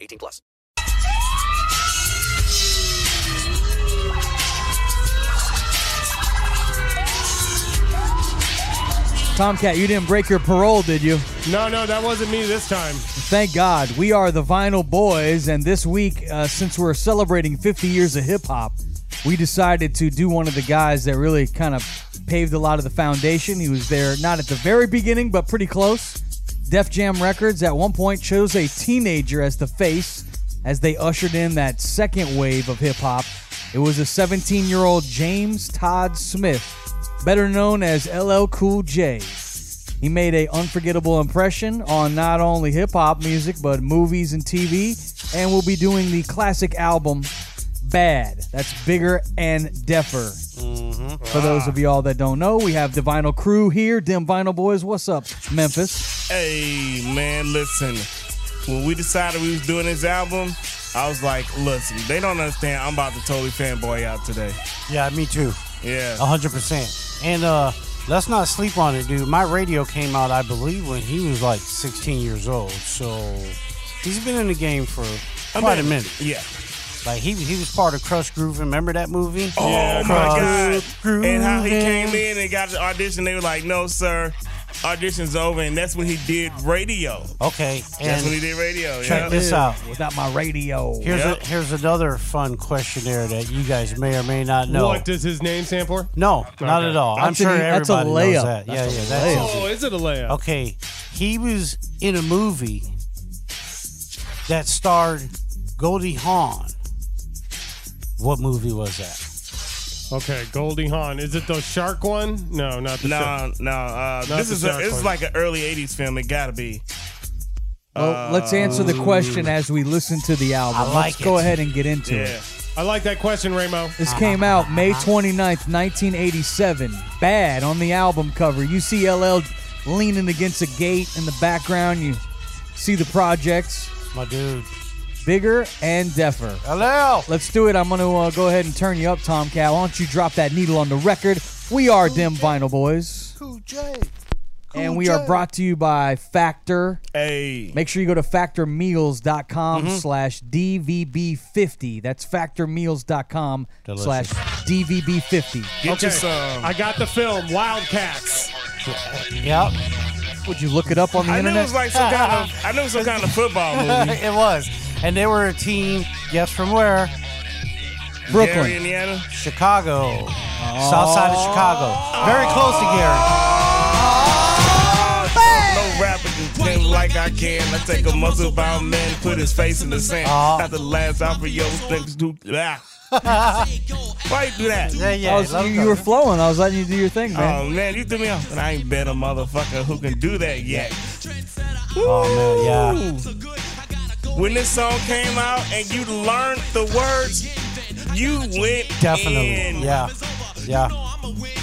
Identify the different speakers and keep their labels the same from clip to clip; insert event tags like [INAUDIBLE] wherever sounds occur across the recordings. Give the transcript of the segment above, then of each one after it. Speaker 1: 18 plus.
Speaker 2: Tomcat, you didn't break your parole, did you?
Speaker 3: No, no, that wasn't me this time.
Speaker 2: Thank God. We are the Vinyl Boys, and this week, uh, since we're celebrating 50 years of hip hop, we decided to do one of the guys that really kind of paved a lot of the foundation. He was there not at the very beginning, but pretty close. Def Jam Records at one point chose a teenager as the face as they ushered in that second wave of hip hop. It was a 17 year old James Todd Smith, better known as LL Cool J. He made a unforgettable impression on not only hip hop music but movies and TV, and will be doing the classic album Bad. That's bigger and deafer. For those of y'all that don't know, we have the Vinyl Crew here, Dim Vinyl Boys. What's up, Memphis?
Speaker 3: Hey, man, listen. When we decided we was doing this album, I was like, listen, they don't understand. I'm about to totally fanboy out today.
Speaker 4: Yeah, me too.
Speaker 3: Yeah.
Speaker 4: A hundred percent. And uh let's not sleep on it, dude. My radio came out, I believe, when he was like sixteen years old. So he's been in the game for quite a minute.
Speaker 3: Yeah.
Speaker 4: Like he he was part of Crush Groove. Remember that movie?
Speaker 3: Oh,
Speaker 4: Yeah,
Speaker 3: my
Speaker 4: Crush
Speaker 3: God.
Speaker 4: Groove,
Speaker 3: And how he
Speaker 4: Groovin'.
Speaker 3: came in and got the audition. They were like, no, sir. Audition's over. And that's when he did radio.
Speaker 4: Okay.
Speaker 3: That's when he
Speaker 4: And
Speaker 3: did radio.
Speaker 4: check
Speaker 3: yeah.
Speaker 4: this out.
Speaker 2: Without my radio.
Speaker 4: Here's
Speaker 3: Yep.
Speaker 4: a, here's another fun questionnaire that you guys may or may not know.
Speaker 5: What does his name stand for?
Speaker 4: No, not at all. I'm
Speaker 2: That's an- e-
Speaker 4: sure everybody
Speaker 2: that's a layup.
Speaker 4: knows that.
Speaker 2: That's
Speaker 4: yeah,
Speaker 2: a
Speaker 4: yeah, that's
Speaker 2: layup.
Speaker 4: easy.
Speaker 5: Oh, is it a layup?
Speaker 4: Okay, he was in a movie that starred Goldie Hawn. What movie was that?
Speaker 5: Okay, Goldie Hawn. Is it the shark one? No, not the shark.
Speaker 3: No, no. Uh,
Speaker 5: Not
Speaker 3: this
Speaker 5: the
Speaker 3: is a,
Speaker 5: shark
Speaker 3: this is
Speaker 5: one.
Speaker 3: like an early '80s film. It gotta be.
Speaker 2: Well, Oh, let's answer the question as we listen to the album.
Speaker 4: I like
Speaker 2: let's go
Speaker 4: it.
Speaker 2: ahead and get into
Speaker 3: Yeah.
Speaker 2: it.
Speaker 5: I like that question, Ramo.
Speaker 2: This came out May 29th, 1987. Bad on the album cover. You see LL leaning against a gate in the background. You see the projects,
Speaker 4: My dude.
Speaker 2: bigger and deafer.
Speaker 4: Hello.
Speaker 2: Let's do it. I'm going to uh, go ahead and turn you up, Tomcat. Why don't you drop that needle on the record? We are Dim Vinyl Boys,
Speaker 4: Cool J.
Speaker 2: and we are brought to you by Factor.
Speaker 3: Hey.
Speaker 2: Make sure you go to factormeals.com
Speaker 3: Mm-hmm.
Speaker 2: slash DVB50. That's factormeals.com slash DVB50.
Speaker 3: Get you some.
Speaker 5: I got the film Wildcats.
Speaker 4: Yep, [LAUGHS]
Speaker 2: Would you look it up on the
Speaker 3: I knew it
Speaker 2: internet?
Speaker 3: was like some kind of I knew it was some kind of football movie.
Speaker 4: it was. And they were a team. Guess from where?
Speaker 2: Brooklyn.
Speaker 3: Gary, Indiana.
Speaker 4: Chicago. South side of Chicago. Very close to Gary.
Speaker 3: No rapper can think like I can. I take a muscle bound man, put his face in the sand.
Speaker 4: Aw.
Speaker 3: Not the last out for your things do
Speaker 4: [LAUGHS]
Speaker 3: that. Why you do that?
Speaker 4: Yeah, yeah.
Speaker 2: I was-
Speaker 4: love
Speaker 2: you,
Speaker 4: that.
Speaker 2: you were flowing. I was letting you do your thing, man.
Speaker 3: Oh man, you threw me off. And I ain't been a motherfucker who can do that yet.
Speaker 4: oh, man, yeah.
Speaker 3: When this song came out and you learned the words, you went in.
Speaker 4: Definitely. Yeah. Yeah.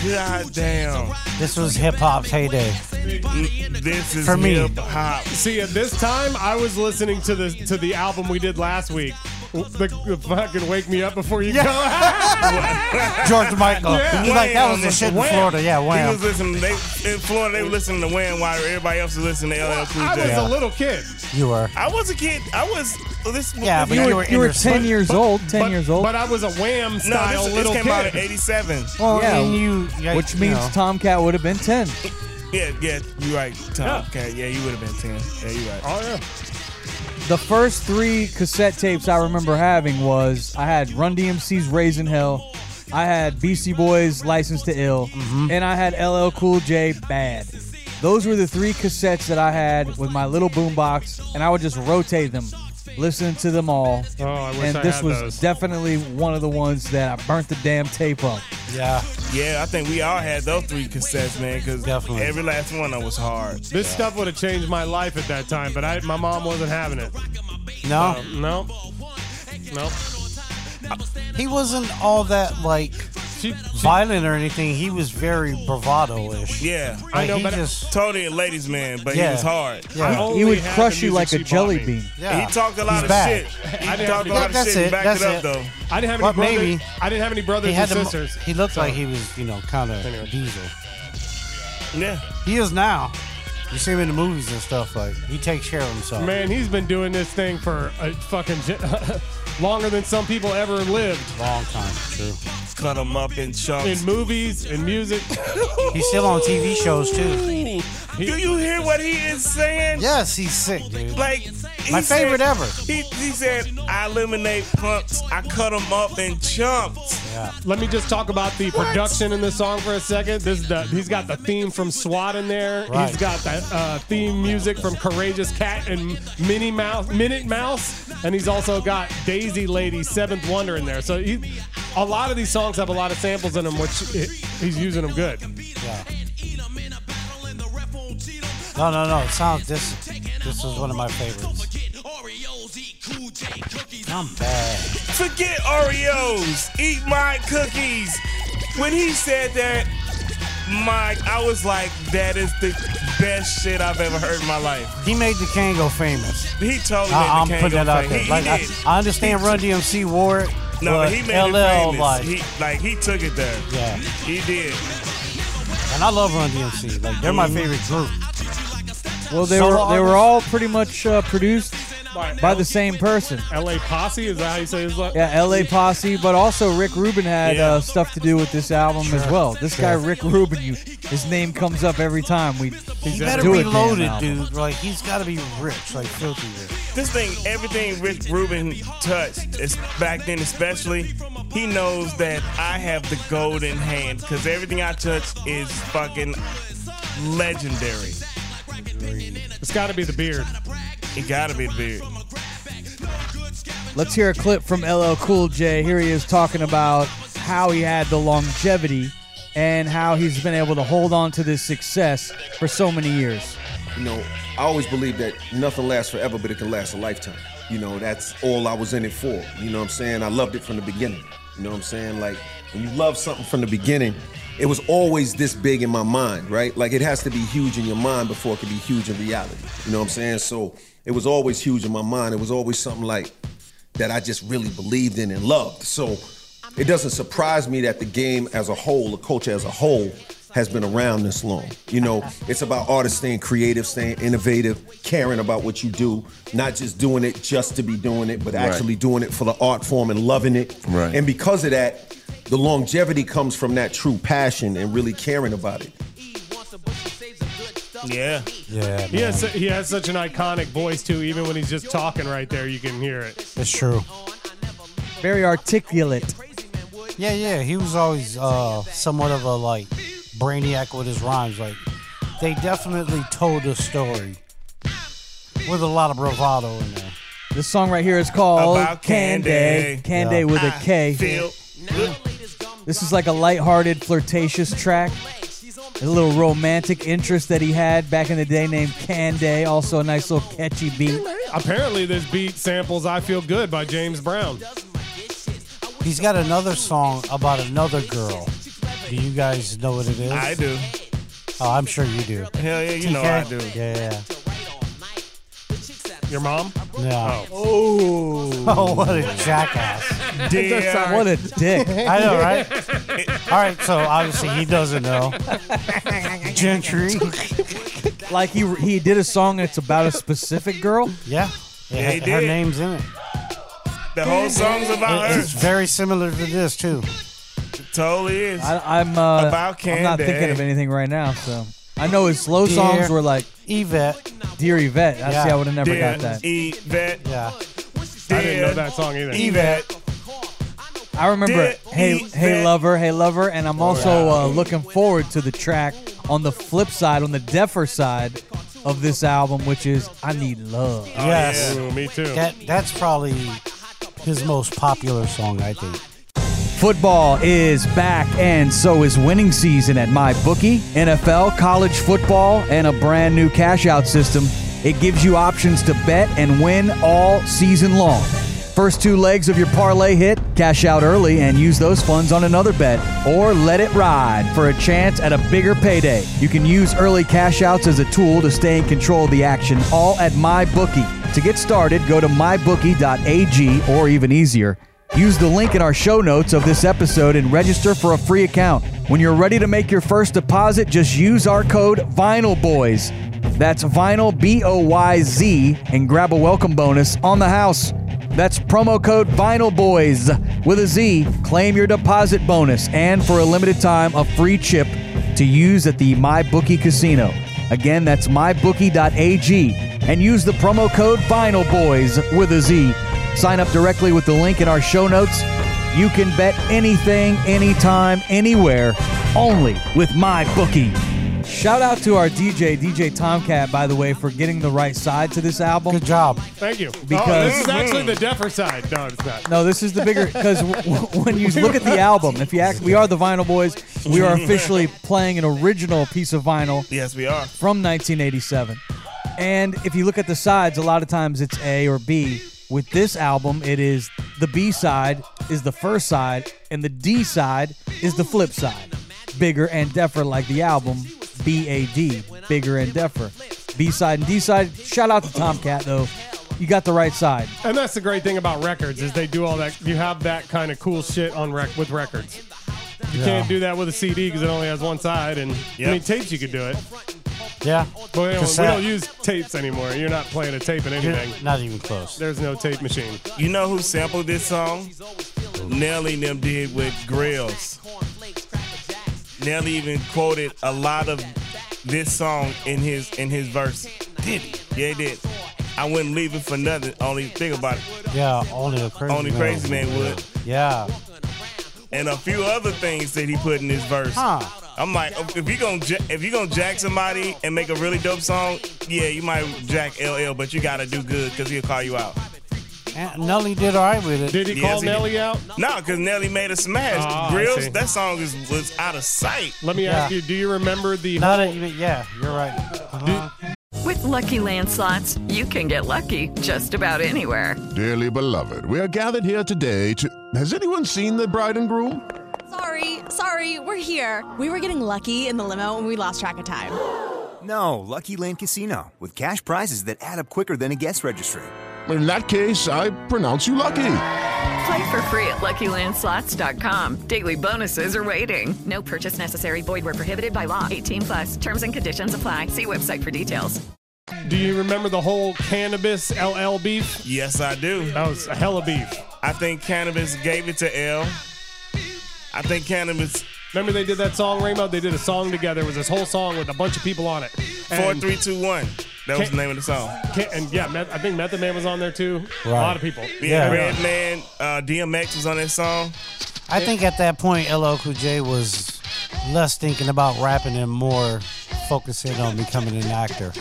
Speaker 3: God damn.
Speaker 4: This was hip hop's heyday.
Speaker 3: Mm, This is
Speaker 4: For me.
Speaker 3: hip hop.
Speaker 5: See, at this time, I was listening to the to the album we did last week. The, the fucking wake me up before
Speaker 3: [LAUGHS]
Speaker 5: you
Speaker 4: George Michael.
Speaker 5: Yeah.
Speaker 4: He's like, that
Speaker 3: Wham.
Speaker 4: was the shit in
Speaker 3: Wham.
Speaker 4: Florida. Yeah,
Speaker 3: He
Speaker 4: wham.
Speaker 3: was listening. They in Florida, they were listening to Wham while everybody else was listening to
Speaker 5: go.
Speaker 3: LL Cool
Speaker 5: I was
Speaker 3: J.
Speaker 5: a little kid.
Speaker 4: You were.
Speaker 3: I was a kid. I was this.
Speaker 4: Yeah, but
Speaker 3: you
Speaker 4: you
Speaker 3: were-
Speaker 4: were,
Speaker 2: You were
Speaker 4: interested.
Speaker 2: 10 years old. 10
Speaker 5: but,
Speaker 2: years old.
Speaker 5: But I was a wham
Speaker 3: no.
Speaker 5: style
Speaker 3: This, this
Speaker 5: little
Speaker 3: came
Speaker 5: kid.
Speaker 3: out in '87.
Speaker 2: Well,
Speaker 4: Yeah,
Speaker 2: yeah,
Speaker 4: you- yeah,
Speaker 2: which
Speaker 4: you
Speaker 2: means
Speaker 4: know.
Speaker 2: Tomcat would have been 10.
Speaker 3: Yeah, yeah, you right, Tom.
Speaker 5: Yeah.
Speaker 3: Okay, yeah, you would have been ten. Yeah, you right.
Speaker 5: Oh, yeah.
Speaker 2: The first three cassette tapes I remember having was I had Run DMC's Raisin Hell, I had Beastie Boys License to Ill,
Speaker 5: Mm-hmm.
Speaker 2: and I had LL Cool J Bad. Those were the three cassettes that I had with my little boombox, and I would just rotate them listening to them all.
Speaker 5: Oh, I wish
Speaker 2: and
Speaker 5: I
Speaker 2: this
Speaker 5: had
Speaker 2: was
Speaker 5: those.
Speaker 2: definitely one of the ones that I burnt the damn tape up.
Speaker 4: Yeah.
Speaker 3: Yeah, I think we all had those three cassettes, man, because
Speaker 4: Definitely.
Speaker 3: every last one of them was hard.
Speaker 5: This stuff would have changed my life at that time, but I, my mom wasn't having it.
Speaker 3: Oh.
Speaker 4: No,
Speaker 5: Um, no, no.
Speaker 4: he wasn't all that like
Speaker 5: She, she,
Speaker 4: violent or anything. He was very bravado-ish.
Speaker 3: Yeah.
Speaker 5: I know,
Speaker 4: he
Speaker 5: but I-
Speaker 4: just,
Speaker 3: Tony a ladies' man, but he
Speaker 4: Yeah.
Speaker 3: was hard.
Speaker 4: Yeah.
Speaker 5: I only
Speaker 2: he would
Speaker 5: had
Speaker 2: crush
Speaker 5: the
Speaker 2: you like
Speaker 5: music
Speaker 2: a
Speaker 5: she bought
Speaker 2: jelly
Speaker 5: me.
Speaker 2: bean.
Speaker 4: yeah.
Speaker 3: He talked a
Speaker 4: He's
Speaker 3: lot of
Speaker 4: bad.
Speaker 3: shit. He
Speaker 5: didn't
Speaker 3: talked
Speaker 5: have
Speaker 3: a lot
Speaker 4: to-
Speaker 3: of shit and
Speaker 4: That's it,
Speaker 3: backed
Speaker 4: that's
Speaker 3: it up,
Speaker 4: it.
Speaker 3: though.
Speaker 5: I didn't have any
Speaker 4: But
Speaker 5: brothers.
Speaker 4: maybe-
Speaker 5: I didn't have any brothers
Speaker 4: He
Speaker 5: and
Speaker 4: had the, mo-
Speaker 5: sisters.
Speaker 4: he looked
Speaker 5: so-
Speaker 4: like he was, you know, kind of
Speaker 5: Anyway.
Speaker 4: diesel.
Speaker 3: Yeah.
Speaker 4: He is now. You see him in the movies and stuff like he takes care of himself.
Speaker 5: Man, he's been doing this thing for a fucking gen- [LAUGHS] longer than some people ever lived
Speaker 4: Long time, true.
Speaker 3: Cut him up in
Speaker 5: in
Speaker 3: chunks.
Speaker 5: movies and music.
Speaker 4: He's still on TV shows too.
Speaker 3: Do you hear what he is saying?
Speaker 4: Yes, he's sick, dude.
Speaker 3: Like he
Speaker 4: My favorite
Speaker 3: said-
Speaker 4: ever.
Speaker 3: He, he said, "I eliminate punks. I cut them up in chunks."
Speaker 4: Yeah.
Speaker 5: Let me just talk about the production in the song for a second. This is the he's got the theme from SWAT in there.
Speaker 4: Right.
Speaker 5: He's got the uh, theme music from Courageous Cat and Minnie Mouse, Minute Mouse, and he's also got Daisy Lady, Seventh Wonder in there. So he, a lot of these songs have a lot of samples in them, which it, he's using them good.
Speaker 4: No, no, no. It sounds this. This is one of my favorites. I'm bad.
Speaker 3: Forget Oreos. Eat my cookies. When he said that, Mike, I was like, "That is the best shit I've ever heard in my life."
Speaker 4: He made the Kango famous.
Speaker 3: He totally
Speaker 4: I, I'm
Speaker 3: made the
Speaker 4: putting
Speaker 3: Kango
Speaker 4: that out
Speaker 3: famous.
Speaker 4: there.
Speaker 3: He,
Speaker 4: like
Speaker 3: he
Speaker 4: I,
Speaker 3: did.
Speaker 4: I understand Run DMC wore it.
Speaker 3: no,
Speaker 4: but
Speaker 3: but he made
Speaker 4: LL
Speaker 3: it famous.
Speaker 4: like
Speaker 3: he, like he took it there.
Speaker 4: yeah.
Speaker 3: He did.
Speaker 4: And I love Run DMC. Like they're my favorite group.
Speaker 2: Well, they
Speaker 4: Solo
Speaker 2: were they were
Speaker 4: artists.
Speaker 2: all pretty much uh, produced by the same person.
Speaker 5: L.A. Posse is that how you say his? Yeah.
Speaker 2: Yeah, LA Posse, but also Rick Rubin had
Speaker 3: Yeah.
Speaker 2: uh, stuff to do with this album as
Speaker 4: Sure,
Speaker 2: well. This guy
Speaker 4: sure.
Speaker 2: Rick Rubin, you, his name comes up every time we
Speaker 4: He
Speaker 2: do
Speaker 4: better
Speaker 2: a
Speaker 4: be
Speaker 2: damn
Speaker 4: loaded,
Speaker 2: album.
Speaker 4: dude. Like he's got to be rich, like filthy rich.
Speaker 3: This thing, everything Rick Rubin touched, is back then especially, he knows that I have the golden hand because everything I touch is fucking legendary.
Speaker 5: It's got to be the beard.
Speaker 3: It gotta be the beard.
Speaker 2: Let's hear a clip from LL Cool J. Here he is talking about how he had the longevity and how he's been able to hold on to this success for so many years.
Speaker 6: You know, I always believe that nothing lasts forever, but it can last a lifetime. You know, that's all I was in it for. You know what I'm saying? I loved it from the beginning. You know what I'm saying? Like, when you love something from the beginning, it was always this big in my mind, right? Like, it has to be huge in your mind before it can be huge in reality. You know what I'm saying? So, it was always huge in my mind. It was always something like that I just really believed in and loved. So, it doesn't surprise me that the game as a whole, the culture as a whole, has been around this long. You know, it's about artists staying creative, staying innovative, caring about what you do, not just doing it just to be doing it, but actually doing it for the art form and loving it.
Speaker 7: Right.
Speaker 6: And because of that, the longevity comes from that true passion and really caring about it.
Speaker 3: Yeah.
Speaker 4: Yeah,
Speaker 5: He has, he has such an iconic voice too. Even when he's just talking right there, you can hear it.
Speaker 4: it's true.
Speaker 2: Very articulate.
Speaker 4: Yeah, yeah. He was always uh, somewhat of a like brainiac with his rhymes. Like they definitely told a story with a lot of bravado in there.
Speaker 2: This song right here is called
Speaker 3: About
Speaker 2: Candy.
Speaker 3: Candy.
Speaker 2: Candy with a
Speaker 3: I
Speaker 2: K.
Speaker 3: Feel good.
Speaker 2: This is like a lighthearted, flirtatious track. A little romantic interest that he had back in the day named Candy. Also a nice little catchy beat.
Speaker 5: Apparently, this beat samples "I Feel Good" by James Brown.
Speaker 4: He's got another song about another girl. Do you guys know what it is?
Speaker 3: I do.
Speaker 4: Oh, I'm sure you do.
Speaker 3: Hell yeah, you know I do.
Speaker 4: Yeah, yeah.
Speaker 5: Your mom?
Speaker 4: yeah. No. [LAUGHS]
Speaker 3: [LAUGHS]
Speaker 4: Oh. what a jackass.
Speaker 3: Damn.
Speaker 2: What a dick.
Speaker 4: I know, right? All right, so obviously he doesn't know. Gentry.
Speaker 2: like he he did a song that's about a specific girl.
Speaker 4: Yeah.
Speaker 3: Yeah, he
Speaker 4: her, her
Speaker 3: did.
Speaker 4: name's in it.
Speaker 3: The whole song's about
Speaker 4: It-
Speaker 3: her.
Speaker 4: It's very similar to this too.
Speaker 3: Totally is.
Speaker 2: I, I'm uh,
Speaker 3: About
Speaker 2: I'm not
Speaker 3: Candy.
Speaker 2: thinking of anything right now. So I know his slow
Speaker 4: Dear-
Speaker 2: songs were like
Speaker 4: Yvette.
Speaker 2: "Dear Yvette." I
Speaker 4: Yeah.
Speaker 2: see, I would have never
Speaker 3: Dear
Speaker 2: got that.
Speaker 3: Yvette.
Speaker 4: Yeah.
Speaker 5: Oh,
Speaker 3: Dear
Speaker 5: I didn't know that song either.
Speaker 3: Yvette.
Speaker 2: I remember
Speaker 3: Dear
Speaker 2: "Hey Hey
Speaker 3: Yvette.
Speaker 2: Lover, Hey Lover," and I'm also uh, looking forward to the track on the flip side, on the deafer side, of this album, which is I Need Love.
Speaker 4: yes.
Speaker 5: Ooh, me too.
Speaker 4: That that's probably his most popular song, I think.
Speaker 2: Football is back, and so is winning season at MyBookie, NFL, college football, and a brand new cash out system. It gives you options to bet and win all season long. First two legs of your parlay hit, cash out early and use those funds on another bet, or let it ride for a chance at a bigger payday. You can use early cash outs as a tool to stay in control of the action, all at MyBookie. To get started, go to mybookie.ag or even easier. Use the link in our show notes of this episode and register for a free account. When you're ready to make your first deposit, just use our code VinylBoys. That's vinyl B O Y Z and grab a welcome bonus on the house. That's promo code VinylBoys with a Z. Claim your deposit bonus and for a limited time a free chip to use at the MyBookie casino. Again, that's mybookie.ag and use the promo code VinylBoys with a Z. Sign up directly with the link in our show notes. You can bet anything, anytime, anywhere, only with my bookie. Shout out to our DJ, DJ Tomcat, by the way, for getting the right side to this album.
Speaker 4: Good job.
Speaker 5: Thank you. oh,
Speaker 2: Because-
Speaker 5: this is actually the deafer side. No, it's not.
Speaker 2: No, this is the bigger because w- w- when you look at the album, if you act, we are the Vinyl Boys. We are officially playing an original piece of vinyl
Speaker 3: Yes, we are.
Speaker 2: from 1987. And if you look at the sides, a lot of times it's A or B. With this album, it is the B side is the first side, and the D side is the flip side. Bigger and deafer, like the album B A D, bigger and deafer. B side and D side. Shout out to Tomcat though, you got the right side.
Speaker 5: And that's the great thing about records is they do all that. You have that kind of cool shit on rec with records. You can't do that with a CD because it only has one side. And I
Speaker 3: Yep.
Speaker 5: mean, tapes you could do it,
Speaker 4: Yeah.
Speaker 5: but we don't, we
Speaker 4: Cassette.
Speaker 5: don't use tapes anymore. You're not playing a tape in anything.
Speaker 4: Not even close.
Speaker 5: There's no tape machine.
Speaker 3: You know who sampled this song? Nelly and them did with Grills. Nelly even quoted a lot of this song in his in his verse. Did he? Yeah, he did. I wouldn't leave it for nothing. Only think about it.
Speaker 4: Yeah, only a crazy
Speaker 3: Only
Speaker 4: man
Speaker 3: Crazy Man would.
Speaker 4: Yeah.
Speaker 3: And a few other things that he put in his verse.
Speaker 4: Huh.
Speaker 3: I'm like, if you gonna ja- if you gonna jack somebody and make a really dope song, yeah, you might jack LL, but you gotta do good because he'll call you out.
Speaker 4: And Nelly did all right with it.
Speaker 5: Did
Speaker 3: Yes,
Speaker 5: he call
Speaker 3: he
Speaker 5: Nelly
Speaker 3: did.
Speaker 5: out?
Speaker 3: No, because Nelly made a smash.
Speaker 5: Ah, I see.
Speaker 3: Grills, that song is, was out of sight.
Speaker 5: Let me ask you: Do you remember the?
Speaker 4: Not even. Yeah, you're right. Uh-huh.
Speaker 7: With Lucky Land slots, you can get lucky just about anywhere.
Speaker 8: Dearly beloved, we are gathered here today to. Has anyone seen the bride and groom?
Speaker 9: Sorry, sorry, we're here. We were getting lucky in the limo and we lost track of time.
Speaker 10: No, Lucky Land Casino, with cash prizes that add up quicker than a guest registry.
Speaker 8: In that case, I pronounce you lucky.
Speaker 7: Play for free at LuckyLandSlots.com. Daily bonuses are waiting. No purchase necessary. Void were prohibited by law. 18 plus. Terms and conditions apply. See website for details.
Speaker 5: Do you remember the whole cannabis LL beef?
Speaker 3: Yes, I do.
Speaker 5: That was a hella beef.
Speaker 3: I think cannabis gave it to L. I think cannabis
Speaker 5: Remember they did that song Rainbow? They did a song together. It was this whole song with a bunch of people on it.
Speaker 3: four
Speaker 5: And-
Speaker 3: three two one. That was
Speaker 5: Can-
Speaker 3: the name of the song.
Speaker 5: Can- and yeah, Meth- I think Method Man was on there too. A lot of people.
Speaker 3: Yeah,
Speaker 4: Yeah.
Speaker 3: Red Man, uh, DMX was on that song.
Speaker 4: I think at that point, LL Cool J was less thinking about rapping and more focusing on becoming an actor.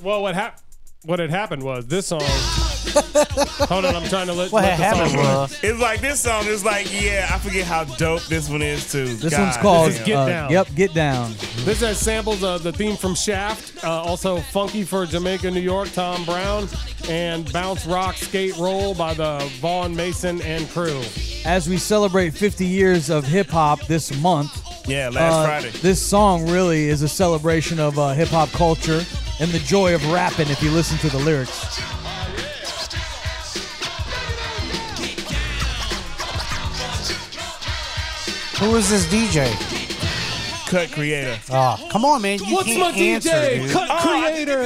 Speaker 5: Well, what hap- What had happened was
Speaker 4: [LAUGHS]
Speaker 5: this song. Hold on, I'm trying to let,
Speaker 4: What had
Speaker 5: let the
Speaker 4: happened
Speaker 5: song. run.
Speaker 4: was
Speaker 3: It's like this song is like, yeah, I forget how dope this one is too.
Speaker 2: This
Speaker 3: God
Speaker 2: one's called
Speaker 5: This is Get
Speaker 2: uh,
Speaker 5: Down.
Speaker 2: Yep, Get Down.
Speaker 5: This has samples of the theme from Shaft, uh, also Funky for Jamaica, New York, Tom Brown, and Bounce Rock Skate Roll by the Vaughn Mason and crew.
Speaker 2: As we celebrate 50 years of hip hop this month,
Speaker 3: Yeah, last
Speaker 2: uh,
Speaker 3: Friday.
Speaker 2: This song really is a celebration of uh, hip hop culture and the joy of rapping. If you listen to the lyrics,
Speaker 4: Who is this DJ?
Speaker 3: Cut Creator.
Speaker 4: Oh, come on, man. You
Speaker 5: What's
Speaker 4: can't
Speaker 5: my
Speaker 4: answer,
Speaker 5: DJ?
Speaker 4: dude. Ah,
Speaker 5: Cut
Speaker 3: Oh, I-
Speaker 5: creator.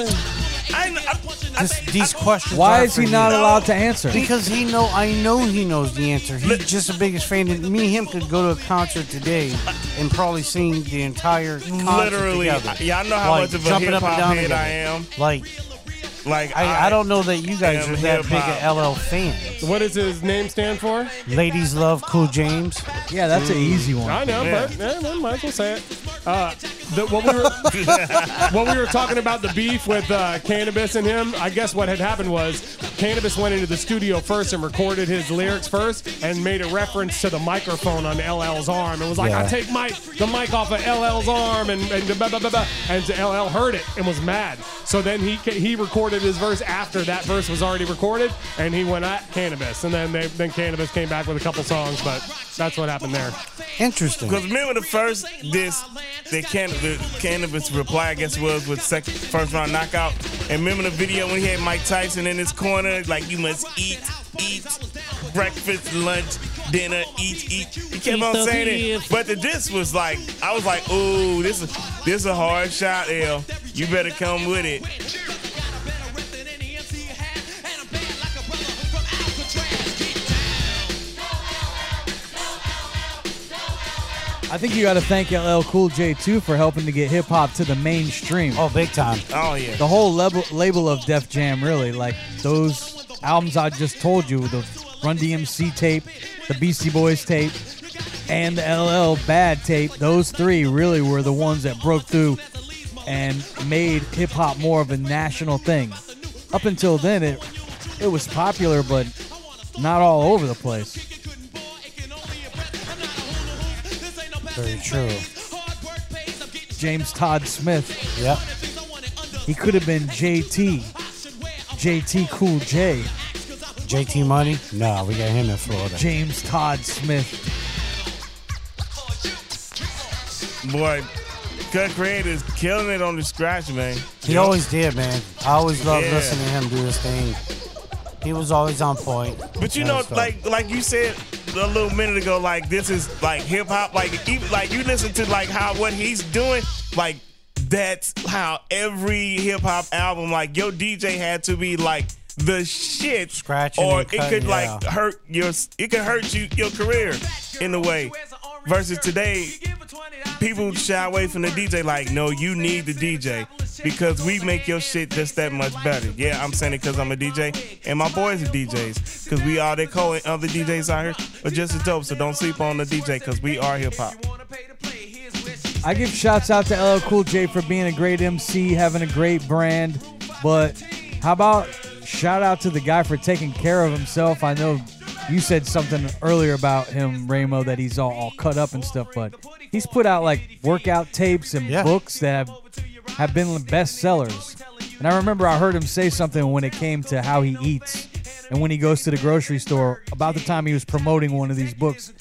Speaker 3: I, kn- I, I,
Speaker 4: This,
Speaker 3: think-
Speaker 4: these
Speaker 3: I-
Speaker 4: questions.
Speaker 2: why
Speaker 4: are
Speaker 2: is he
Speaker 4: for
Speaker 2: not
Speaker 4: you.
Speaker 2: allowed to answer?
Speaker 4: Because he know, I know he knows the answer. He's just the biggest fan. And me and him could go to a concert today and probably sing the entire concert
Speaker 3: Literally,
Speaker 4: together.
Speaker 3: y'all know how
Speaker 4: Like,
Speaker 3: much of a
Speaker 4: jumping
Speaker 3: hip
Speaker 4: up and
Speaker 3: hop
Speaker 4: down
Speaker 3: head
Speaker 4: together.
Speaker 3: I am.
Speaker 4: Like,
Speaker 3: Like
Speaker 4: I, I don't know that you guys
Speaker 3: am
Speaker 4: are that big
Speaker 3: hip-hop.
Speaker 4: a LL fan.
Speaker 5: What does his name stand for?
Speaker 4: Ladies love Cool James.
Speaker 2: Yeah, that's an easy one.
Speaker 5: I know, but yeah, well, might as well say it. Uh, the, what, we were, [LAUGHS] what we were talking about the beef with uh, Cannabis and him, I guess what had happened was Cannabis went into the studio first and recorded his lyrics first and made a reference to the microphone on LL's arm and was like,
Speaker 4: Yeah.
Speaker 5: I take my, the mic off of LL's arm and, and, blah, blah, blah, blah, and LL heard it and was mad. So then he ca- he recorded his verse after that verse was already recorded and he went at Cannabis. And then, they, then Cannabis came back with a couple songs, but that's what happened there.
Speaker 4: Interesting.
Speaker 3: Because remember the first this the, can, the cannabis reply I guess was with second first round knockout. And remember the video when he had Mike Tyson in his corner, like you must eat, eat, breakfast, lunch, dinner, eat, eat. He kept
Speaker 4: Eat
Speaker 3: on
Speaker 4: the
Speaker 3: saying
Speaker 4: beef.
Speaker 3: it. But the this was like I was like, ooh, this is this a hard shot, L. You better come with it.
Speaker 2: I think you got to thank LL Cool J too for helping to get hip hop to the mainstream.
Speaker 4: Oh, big time.
Speaker 3: Oh yeah.
Speaker 2: The whole level, label of Def Jam, really, like those albums I just told you, the Run DMC tape, the Beastie Boys tape, and the LL Bad tape. Those three really were the ones that broke through and made hip hop more of a national thing. Up until then, it it was popular, but not all over the place.
Speaker 4: Very true.
Speaker 2: James Todd Smith,
Speaker 4: Yep.
Speaker 2: he could have been JT, JT Cool J.
Speaker 4: JT Money? No, we got him in Florida.
Speaker 2: James Todd Smith.
Speaker 3: Boy, Cut Creator's killing it on the scratch, man.
Speaker 4: He always did, man. I always loved
Speaker 3: Yeah.
Speaker 4: listening to him do his thing. He was always on point.
Speaker 3: But you
Speaker 4: That
Speaker 3: know,
Speaker 4: was fun.
Speaker 3: like like you said a little minute ago, like this is like hip hop. Like even, like you listen to like how what he's doing, like that's how every hip hop album, like your DJ had to be like the shit,
Speaker 4: Scratching
Speaker 3: or
Speaker 4: and
Speaker 3: it could
Speaker 4: cutting,
Speaker 3: like
Speaker 4: yeah.
Speaker 3: hurt your it could hurt you your career in a way. Versus today, people shy away from the DJ. Like, no, you need the DJ because we make your shit just that much better. Yeah, I'm saying it because I'm a DJ and my boys are DJs because we are they call it other DJs out here are just as dope. So don't sleep on the DJ because we are hip hop.
Speaker 2: I give shouts out to LL Cool J for being a great MC, having a great brand. But how about shout out to the guy for taking care of himself? I know you said something earlier about him, Ramo, that he's all, all cut up and stuff, but he's put out like workout tapes and
Speaker 4: Yeah.
Speaker 2: books that have, have been bestsellers. And I remember I heard him say something when it came to how he eats and when he goes to the grocery store about the time he was promoting one of these books.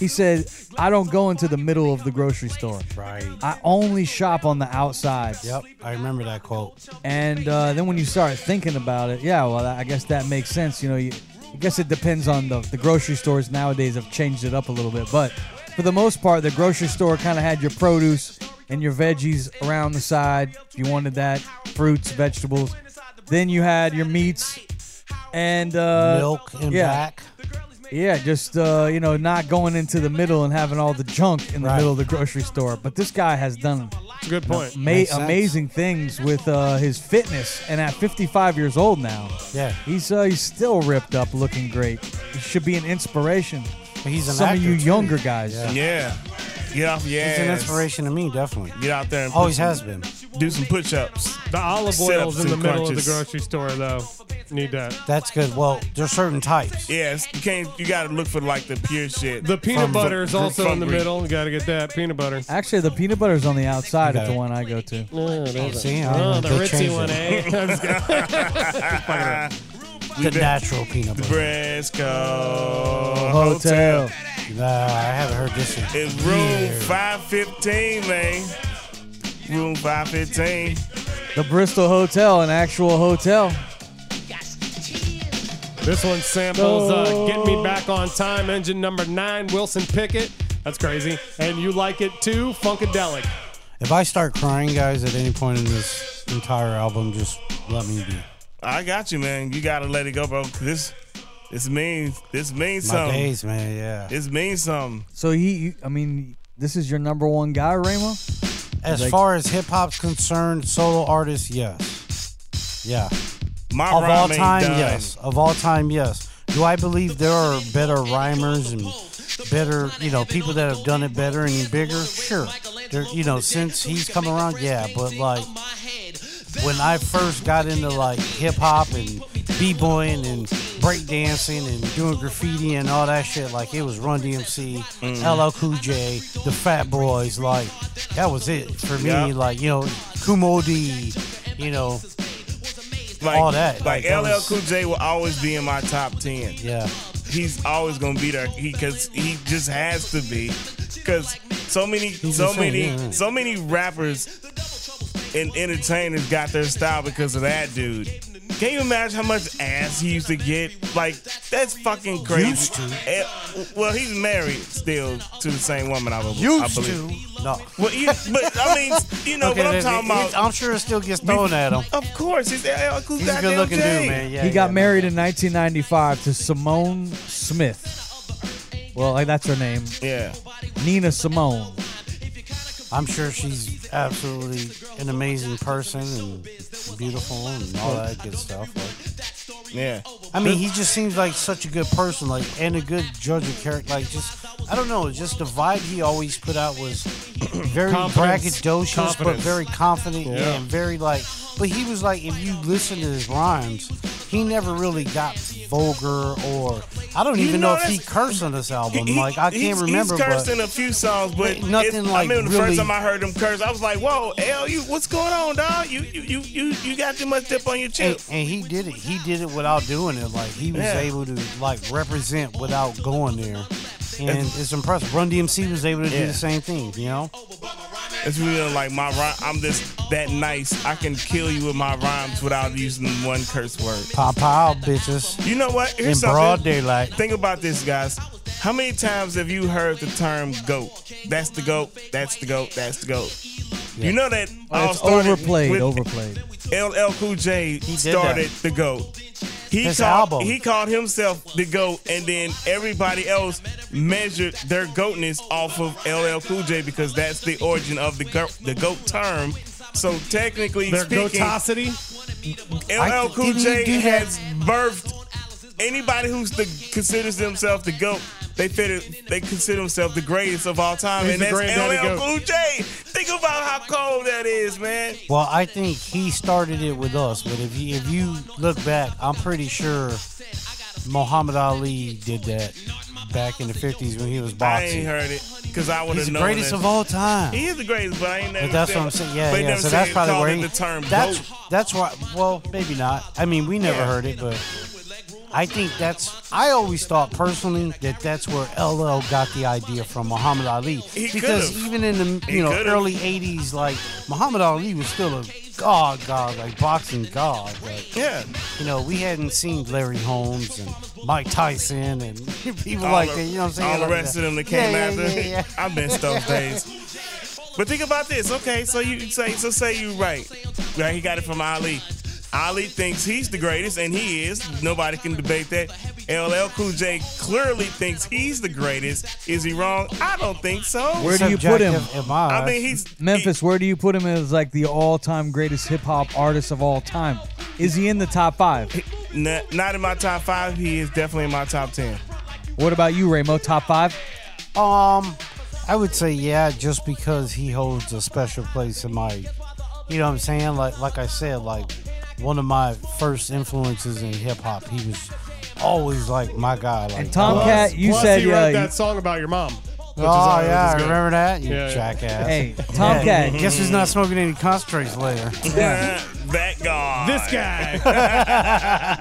Speaker 2: He said, I don't go into the middle of the grocery store.
Speaker 4: Right.
Speaker 2: I only shop on the outsides.
Speaker 4: Yep, I remember that quote.
Speaker 2: And uh, then when you start thinking about it, yeah, well, I guess that makes sense. You know, you, I guess it depends on the, the grocery stores nowadays have changed it up a little bit. But for the most part, the grocery store kind of had your produce and your veggies around the side. If you wanted that, fruits, vegetables. Then you had your meats and uh,
Speaker 4: Milk in
Speaker 2: yeah.
Speaker 4: back.
Speaker 2: Yeah, just uh, you know, not going into the middle and having all the junk in the
Speaker 4: Right.
Speaker 2: middle of the grocery store. But this guy has done
Speaker 5: Good point.
Speaker 2: ma-
Speaker 4: Makes sense.
Speaker 2: amazing things with uh, his fitness, and at 55 years old now,
Speaker 4: Yeah.
Speaker 2: he's uh, he's still ripped up, looking great. He should be an inspiration.
Speaker 4: But He's
Speaker 2: to
Speaker 4: an
Speaker 2: Some of
Speaker 4: actor,
Speaker 2: you
Speaker 4: too.
Speaker 2: younger guys,
Speaker 4: Yeah.
Speaker 3: Yeah, get off your
Speaker 4: He's an
Speaker 3: ass.
Speaker 4: inspiration Oh, to me, definitely.
Speaker 3: Get out there and
Speaker 4: Always has been.
Speaker 3: do some push ups.
Speaker 5: The olive
Speaker 3: Sit up
Speaker 5: oil's in
Speaker 3: to
Speaker 5: the middle of the
Speaker 3: crunches.
Speaker 5: grocery store, though. Need that.
Speaker 4: That's good. Well, there's certain types.
Speaker 3: Yes, you can't. You gotta look for like the pure shit.
Speaker 5: The peanut
Speaker 3: From-
Speaker 5: butter is
Speaker 3: from-
Speaker 5: also
Speaker 3: from
Speaker 5: in the
Speaker 3: Greek.
Speaker 5: middle. You gotta get that peanut butter.
Speaker 2: actually, the peanut butter's on the outside at
Speaker 4: Okay.
Speaker 2: the one I go to.
Speaker 4: See, I don't know.
Speaker 5: Oh, the
Speaker 4: They
Speaker 5: ritzy
Speaker 4: changed
Speaker 5: one,
Speaker 4: it.
Speaker 5: eh? I'm just kidding.
Speaker 4: The natural peanut butter.
Speaker 3: Fresco
Speaker 2: Hotel.
Speaker 4: Nah, I haven't heard this one.
Speaker 3: It's room 515, man. Room 515.
Speaker 2: the Bristol Hotel, an actual hotel.
Speaker 5: This one samples uh, Get Me Back on Time, engine number nine, Wilson Pickett. That's crazy. And you like it too, Funkadelic.
Speaker 4: If I start crying, guys, at any point in this entire album, just let me be.
Speaker 3: I got you, man. You gotta let it go, bro. 'cause This, this means, this means
Speaker 4: My
Speaker 3: something.
Speaker 4: days, man. Yeah.
Speaker 3: This means something.
Speaker 2: So he, you- I mean, this is your number one guy, Ramo.
Speaker 4: As
Speaker 2: like-
Speaker 4: far as hip hop's concerned, solo artist, yes. Yeah.
Speaker 3: My
Speaker 4: of all
Speaker 3: rhyme ain't
Speaker 4: time,
Speaker 3: done.
Speaker 4: yes. Of all time, yes. Do I believe there are better rhymers and better, you know, people that have done it better and bigger? Sure. There, you know, since he's come around, yeah. But like when I first got into like hip hop and b-boying and breakdancing and doing graffiti and all that shit, like it was Run DMC,
Speaker 3: Mm.
Speaker 4: LL Cool J, the Fat Boys, like that was it for me.
Speaker 3: Yeah.
Speaker 4: Like you know, Kumo D, you know,
Speaker 3: like,
Speaker 4: all that.
Speaker 3: Like,
Speaker 4: that
Speaker 3: LL
Speaker 4: was-
Speaker 3: Cool J will always be in my top ten.
Speaker 4: Yeah.
Speaker 3: he's always gonna be there. He because he just has to be because so many,
Speaker 4: He's
Speaker 3: so
Speaker 4: insane,
Speaker 3: many,
Speaker 4: yeah, yeah.
Speaker 3: so many rappers and entertainers got their style because of that dude. Can you imagine how much ass he used to get? Like that's fucking crazy.
Speaker 4: Used to.
Speaker 3: Eh, Well, he's married still to the same woman. I, be- I
Speaker 4: Used
Speaker 3: believe.
Speaker 4: to. No.
Speaker 3: Well, you, but I mean, you know
Speaker 4: Okay,
Speaker 3: what I'm
Speaker 4: then
Speaker 3: talking
Speaker 4: it-
Speaker 3: about.
Speaker 4: it- I'm sure it still gets thrown at him.
Speaker 3: Of course, he's, LL Cool
Speaker 4: He's a
Speaker 3: goddamn
Speaker 4: good looking dude,
Speaker 3: J.
Speaker 4: man. Yeah,
Speaker 2: he got
Speaker 4: yeah.
Speaker 2: married in 1995 to Simone Smith. Well, like, that's her name,
Speaker 3: Yeah.
Speaker 2: Nina Simone.
Speaker 4: I'm sure she's absolutely an amazing person and beautiful and all that good stuff. Like,
Speaker 3: Yeah.
Speaker 4: I mean, he just seems like such a good person, like, and a good judge of character. Like, just I don't know, just the vibe he always put out was [CLEARS THROAT] very
Speaker 5: Confidence.
Speaker 4: braggadocious, but
Speaker 5: Confidence.
Speaker 4: very confident
Speaker 5: Yeah.
Speaker 4: and very like. But he was like, if you listen to his rhymes, he never really got vulgar or I don't
Speaker 3: You
Speaker 4: even
Speaker 3: know,
Speaker 4: know, if he
Speaker 3: that's-
Speaker 4: cursed on this album.
Speaker 3: He-
Speaker 4: like, I
Speaker 3: he's-
Speaker 4: can't remember.
Speaker 3: He's cursed
Speaker 4: but,
Speaker 3: in a few songs, but
Speaker 4: But nothing
Speaker 3: it's- I
Speaker 4: like
Speaker 3: remember the first
Speaker 4: really-
Speaker 3: time I heard him curse, I was like, "Whoa, L, you what's going on, dog? You you you you, you got too much dip on your chin."
Speaker 4: and, and he did it. He did it without doing it. Like he was
Speaker 3: Yeah.
Speaker 4: able to like represent without going there, and it's impressive. Run DMC was able to do
Speaker 3: Yeah.
Speaker 4: the same thing. You know,
Speaker 3: It's really like my rhyme. I'm just that nice. I can kill you with my rhymes without using one curse word.
Speaker 4: pop out, bitches,
Speaker 3: You know what? Here's
Speaker 4: in
Speaker 3: something.
Speaker 4: broad daylight.
Speaker 3: Think about this, guys. How many times have you heard the term "goat"? That's the goat. That's the goat. That's the goat. You know that all
Speaker 2: It's
Speaker 3: started
Speaker 2: overplayed,
Speaker 3: with
Speaker 2: overplayed.
Speaker 3: LL Cool J
Speaker 4: did
Speaker 3: started the GOAT. He
Speaker 4: His
Speaker 3: called,
Speaker 4: album.
Speaker 3: he called himself the GOAT, and then everybody else measured their goatness off of LL Cool J because that's the origin of the GOAT, the GOAT term. So technically
Speaker 5: Their
Speaker 3: speaking,
Speaker 5: gotosity.
Speaker 3: LL
Speaker 4: I-
Speaker 3: Cool
Speaker 4: didn't he
Speaker 3: J
Speaker 4: do that?
Speaker 3: has birthed anybody who's the considers themselves the GOAT. They fit, they consider themselves the greatest of all time,
Speaker 5: He's
Speaker 3: and
Speaker 5: the
Speaker 3: that's
Speaker 5: granddaddy
Speaker 3: LL
Speaker 5: goat.
Speaker 3: Cool J. Think about how cold that is, man.
Speaker 4: Well, I think he started it with us, but if you if you look back, I'm pretty sure Muhammad Ali did that back in the 50s when he was
Speaker 3: I
Speaker 4: boxing.
Speaker 3: ain't heard it because I would
Speaker 4: He's
Speaker 3: have
Speaker 4: the
Speaker 3: known.
Speaker 4: greatest
Speaker 3: that.
Speaker 4: of all time.
Speaker 3: He is the greatest, but I ain't never.
Speaker 4: But that's
Speaker 3: said-
Speaker 4: what I'm saying. Yeah,
Speaker 3: but
Speaker 4: yeah.
Speaker 3: never
Speaker 4: So that's
Speaker 3: said-
Speaker 4: probably
Speaker 3: called
Speaker 4: where
Speaker 3: it
Speaker 4: he,
Speaker 3: the term
Speaker 4: that's
Speaker 3: goat.
Speaker 4: that's why. Well, maybe not. I mean, we never
Speaker 3: Yeah.
Speaker 4: heard it, but I think that's. I always thought personally that that's where LL got the idea from Muhammad Ali
Speaker 3: He
Speaker 4: because
Speaker 3: could've.
Speaker 4: even in the
Speaker 3: He
Speaker 4: you know
Speaker 3: could've.
Speaker 4: early '80s, like Muhammad Ali was still a god, god, like boxing god. Like,
Speaker 3: Yeah,
Speaker 4: you know, we hadn't seen Larry Holmes and Mike Tyson and [LAUGHS] people
Speaker 3: All
Speaker 4: like
Speaker 3: the-
Speaker 4: that. You know what I'm saying?
Speaker 3: All the
Speaker 4: Like
Speaker 3: rest
Speaker 4: that.
Speaker 3: of them that
Speaker 4: Yeah,
Speaker 3: came
Speaker 4: yeah,
Speaker 3: after.
Speaker 4: yeah, yeah.
Speaker 3: [LAUGHS] I missed those days. But think about this. Okay, so you say so say you right, right? He got it from Ali. Ali thinks he's the greatest, and he is. Nobody can debate that. LL Cool J clearly thinks he's the greatest. Is he wrong? I don't think so.
Speaker 2: Where do you put him?
Speaker 4: Subjective in my
Speaker 3: I
Speaker 4: eyes.
Speaker 3: mean, he's
Speaker 2: Memphis, where do you put him as like the all-time greatest hip hop artist of all time? Is he in the top five?
Speaker 3: he- not, not in my top five. He is definitely in my top ten.
Speaker 2: What about you, Raymo? Top five?
Speaker 4: Um, I would say yeah, just because he holds a special place in my, you know what I'm saying? Like like I said, like one of my first influences in hip hop, he was always like my guy. Like
Speaker 2: And Tomcat,
Speaker 5: Plus-
Speaker 2: you
Speaker 5: plus
Speaker 2: said
Speaker 5: he
Speaker 2: uh,
Speaker 5: wrote
Speaker 2: you-
Speaker 5: that song about your mom.
Speaker 4: Oh
Speaker 5: which is always
Speaker 4: yeah,
Speaker 5: good.
Speaker 4: remember that? You
Speaker 5: Yeah, yeah.
Speaker 4: jackass.
Speaker 2: Hey,
Speaker 4: [LAUGHS] Yeah,
Speaker 2: Tomcat.
Speaker 4: guess who's not smoking any concentrates later?
Speaker 3: that guy.
Speaker 5: This guy.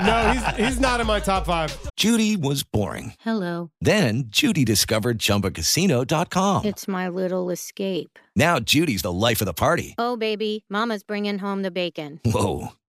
Speaker 5: no, he's he's not in my top five.
Speaker 11: Judy was boring.
Speaker 12: Hello,
Speaker 11: Then Judy discovered ChumbaCasino.com.
Speaker 12: it's my little escape.
Speaker 11: Now Judy's the life of the party.
Speaker 12: Oh, baby, Mama's bringing home the bacon.
Speaker 11: Whoa,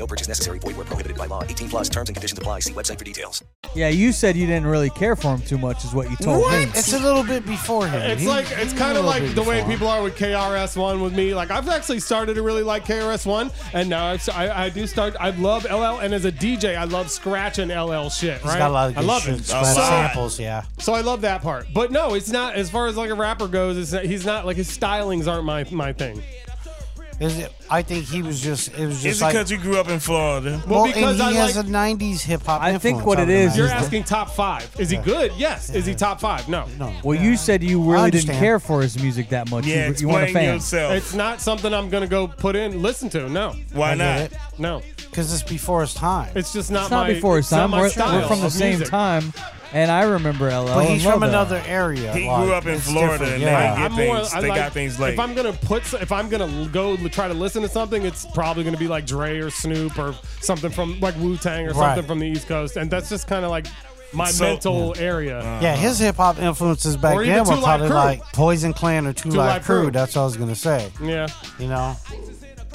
Speaker 1: No purchase necessary. Void where prohibited by law. 18 plus terms and conditions apply. See website for details.
Speaker 2: Yeah, you said you didn't really care for him too much, is what you told me.
Speaker 4: It's a little bit before him.
Speaker 5: It's
Speaker 4: He-
Speaker 5: like
Speaker 4: he's
Speaker 5: it's kind
Speaker 4: a
Speaker 5: of
Speaker 4: little
Speaker 5: like
Speaker 4: bit
Speaker 5: the way
Speaker 4: before him.
Speaker 5: people are with KRS One with me. Like I've actually started to really like KRS One, and now I've, I I do start. I love LL, and as a DJ, I love scratching LL shit.
Speaker 4: He's
Speaker 5: right?
Speaker 4: got a lot of
Speaker 5: I
Speaker 4: good
Speaker 5: love
Speaker 4: shit.
Speaker 5: it.
Speaker 4: Scratch
Speaker 5: So-
Speaker 4: samples, yeah.
Speaker 5: So I love that part, but no, it's not as far as like a rapper goes. It's not, he's not like his stylings aren't my my thing.
Speaker 4: Is it, I think he was just. It was just
Speaker 5: Is it
Speaker 4: like,
Speaker 5: 'cause
Speaker 3: you grew up in Florida?
Speaker 4: Well,
Speaker 5: Well,
Speaker 4: and
Speaker 5: because
Speaker 4: he
Speaker 5: I
Speaker 4: has
Speaker 5: like-
Speaker 4: a '90s hip hop.
Speaker 2: I think what it is
Speaker 5: You're
Speaker 2: is that-
Speaker 5: asking top five. Is he
Speaker 2: Yeah.
Speaker 5: good? Yes. Is he top five? No.
Speaker 4: No.
Speaker 2: Well, you said you
Speaker 5: I
Speaker 2: really didn't
Speaker 5: understand.
Speaker 2: care for his music that much. you, you weren't a fan.
Speaker 5: It's not something I'm gonna go put in listen to. No.
Speaker 4: Why I get not?
Speaker 5: No.
Speaker 4: Because it's before his time.
Speaker 5: It's just not,
Speaker 2: it's not
Speaker 5: my.
Speaker 2: before his
Speaker 5: it's not
Speaker 2: time.
Speaker 5: my
Speaker 2: We're,
Speaker 5: style
Speaker 2: we're from the
Speaker 5: of
Speaker 2: same
Speaker 5: music.
Speaker 2: time, and I remember LL.
Speaker 4: But he's
Speaker 2: and
Speaker 4: from
Speaker 2: love LL.
Speaker 4: another area.
Speaker 3: Oh, He
Speaker 4: like,
Speaker 3: grew up in
Speaker 4: it's
Speaker 3: Florida
Speaker 4: different,
Speaker 3: and
Speaker 4: yeah.
Speaker 3: they get
Speaker 5: I'm more-
Speaker 3: things-
Speaker 5: I
Speaker 3: they
Speaker 5: like-
Speaker 3: got things late.
Speaker 5: If I'm gonna put, s- if I'm gonna go l- try to listen to something, it's probably gonna be like Dre or Snoop or something from like Wu Tang or
Speaker 4: Right.
Speaker 5: something from the East Coast, and that's just kind of like my
Speaker 4: So-
Speaker 5: mental area.
Speaker 3: Uh.
Speaker 4: Yeah, his hip hop influences back
Speaker 5: Or even
Speaker 4: then were
Speaker 5: Two Live
Speaker 4: probably
Speaker 5: Crew.
Speaker 4: like Poison Clan or Two,
Speaker 2: Two
Speaker 4: Live
Speaker 2: Live
Speaker 4: Crew.
Speaker 2: Crew.
Speaker 4: That's what I was gonna say.
Speaker 5: Yeah.
Speaker 4: You know,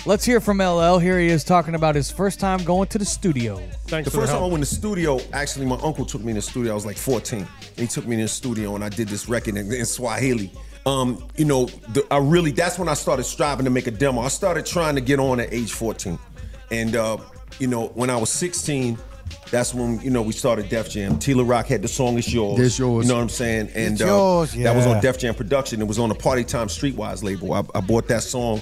Speaker 2: Let's hear from LL. Here he is talking about his first time going to the studio.
Speaker 5: Thanks
Speaker 2: for
Speaker 6: the first
Speaker 2: the help.
Speaker 6: time I went to the studio, actually, my uncle took me in the studio. I was like 14. And he took me in the studio, and I did this record in, in Swahili. Um, you know, the, I really that's when I started striving to make a demo. I started trying to get on at age 14, and uh, you know, when I was 16, that's when you know we started Def Jam. Tila Rock had the song "It's Yours."
Speaker 13: It's yours.
Speaker 6: You know what I'm saying? And
Speaker 13: It's
Speaker 6: uh,
Speaker 13: yours,
Speaker 6: that was
Speaker 13: yeah.
Speaker 6: on Def Jam Production. It was on the Party Time Streetwise label. I, I bought that song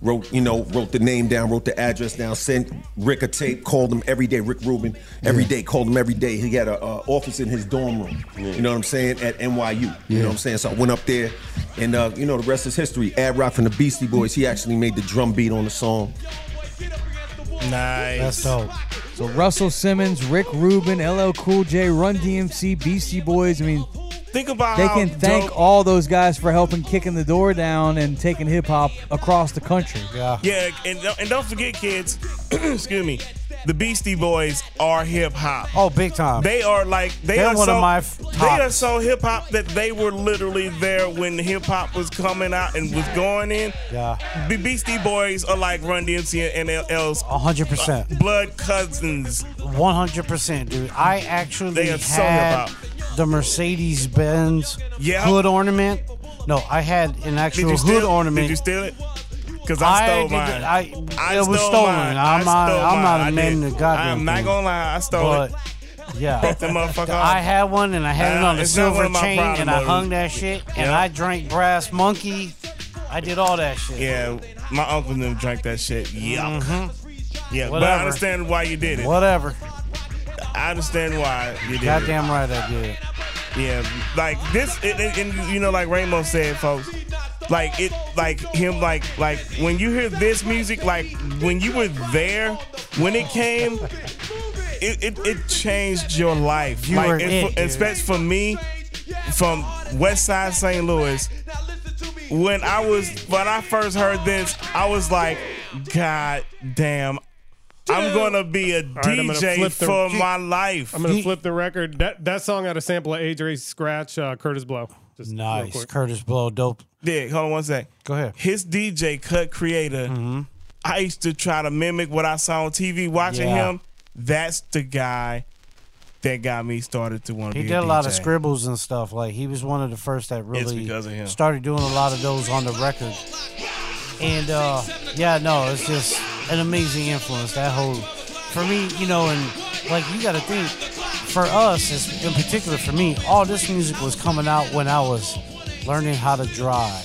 Speaker 6: wrote, you know, wrote the name down, wrote the address down, sent Rick a tape, called him every day, Rick Rubin, every
Speaker 13: Yeah.
Speaker 6: day, called him every day. He had an uh, office in his dorm room, you know what I'm saying, at NYU. You
Speaker 13: Yeah.
Speaker 6: know what I'm saying? So I went up there, and, uh, you know, the rest is history. Ad Rock from the Beastie Boys, he actually made the drum beat on the song.
Speaker 3: Nice.
Speaker 2: That's dope. So Russell Simmons, Rick Rubin, LL Cool J, Run DMC, Beastie Boys. I mean,
Speaker 3: Think about
Speaker 2: they
Speaker 3: how
Speaker 2: can thank
Speaker 3: dope-
Speaker 2: all those guys for helping kicking the door down and taking hip hop across the country.
Speaker 4: Yeah.
Speaker 3: Yeah, and don't- and don't forget, kids. [CLEARS THROAT] excuse me. The Beastie Boys are hip hop.
Speaker 4: Oh, big time.
Speaker 3: They are like they
Speaker 4: They're
Speaker 3: are
Speaker 4: one
Speaker 3: so
Speaker 4: of my f-
Speaker 3: they are
Speaker 4: tops.
Speaker 3: so hip hop that they were literally there when hip hop was coming out and was going in.
Speaker 4: Yeah. Oh.
Speaker 3: The Beastie Boys are like Run DMC and NLL's
Speaker 4: hundred percent.
Speaker 3: blood cousins.
Speaker 4: One hundred percent, dude. I actually
Speaker 3: They are so
Speaker 4: had
Speaker 3: hip
Speaker 4: the Mercedes Benz
Speaker 3: Yeah.
Speaker 4: hood ornament. No, I had an
Speaker 3: Did
Speaker 4: actual
Speaker 3: you
Speaker 4: hood
Speaker 3: steal?
Speaker 4: ornament.
Speaker 3: Did you steal it? Because I, stole
Speaker 4: did-
Speaker 3: mine.
Speaker 4: I,
Speaker 3: I
Speaker 4: it was
Speaker 3: stole
Speaker 4: stolen.
Speaker 3: mine. I
Speaker 4: I'm not.
Speaker 3: stole
Speaker 4: I'm
Speaker 3: mine.
Speaker 4: not
Speaker 3: I did.
Speaker 4: amending the goddamn.
Speaker 3: I am not
Speaker 4: thing.
Speaker 3: gonna lie. I stole
Speaker 4: but,
Speaker 3: it.
Speaker 4: Yeah.
Speaker 3: Broke that motherfucker
Speaker 4: I
Speaker 3: off.
Speaker 4: had one and I had it
Speaker 3: Uh,
Speaker 4: on a
Speaker 3: it's not one
Speaker 4: silver
Speaker 3: of my
Speaker 4: chain and I
Speaker 3: problems.
Speaker 4: hung that shit and
Speaker 3: Yeah.
Speaker 4: I drank Brass Monkey. I did all that shit.
Speaker 3: Yeah, my uncle never drank that shit. Yuck. Yeah, but I
Speaker 4: Mm, Whatever.
Speaker 3: understand why you did it.
Speaker 4: Mm-hmm. Whatever.
Speaker 3: I understand why you did it.
Speaker 4: Goddamn right I did.
Speaker 3: Yeah, like this, and, and- and, you know, like Rainbow said, folks, like it, like him, like like when you hear this music, like when you were there when it came, it it, it changed your life.
Speaker 4: You
Speaker 3: like,
Speaker 4: were
Speaker 3: and
Speaker 4: it,
Speaker 3: for,
Speaker 4: dude.
Speaker 3: especially for me, from West Side St. Louis, when I was when I first heard this, I was like, God damn. I'm gonna be a
Speaker 5: right, I'm gonna
Speaker 3: DJ
Speaker 5: flip the-
Speaker 3: for my life.
Speaker 5: I'm gonna flip the record. That that song had a sample of A.J. Scratch, uh, Curtis Blow. Just real
Speaker 4: Nice.
Speaker 5: quick.
Speaker 4: Curtis Blow, dope.
Speaker 3: Dig, hold on one sec.
Speaker 4: Go ahead. Mm-hmm.
Speaker 3: His DJ cut creator. I used to try to mimic what I saw on TV watching
Speaker 4: Yeah.
Speaker 3: him. That's the guy that got me started to want to
Speaker 4: He
Speaker 3: be
Speaker 4: did a lot of
Speaker 3: DJ.
Speaker 4: scribbles and stuff. Like he was one of the first that really
Speaker 3: because of him.
Speaker 4: started doing a lot of those on the record. And uh, yeah, no, it's just an amazing influence. That whole, for me, you know, and like you got to think, for us, it's, in particular for me, all this music was coming out when I was learning how to drive.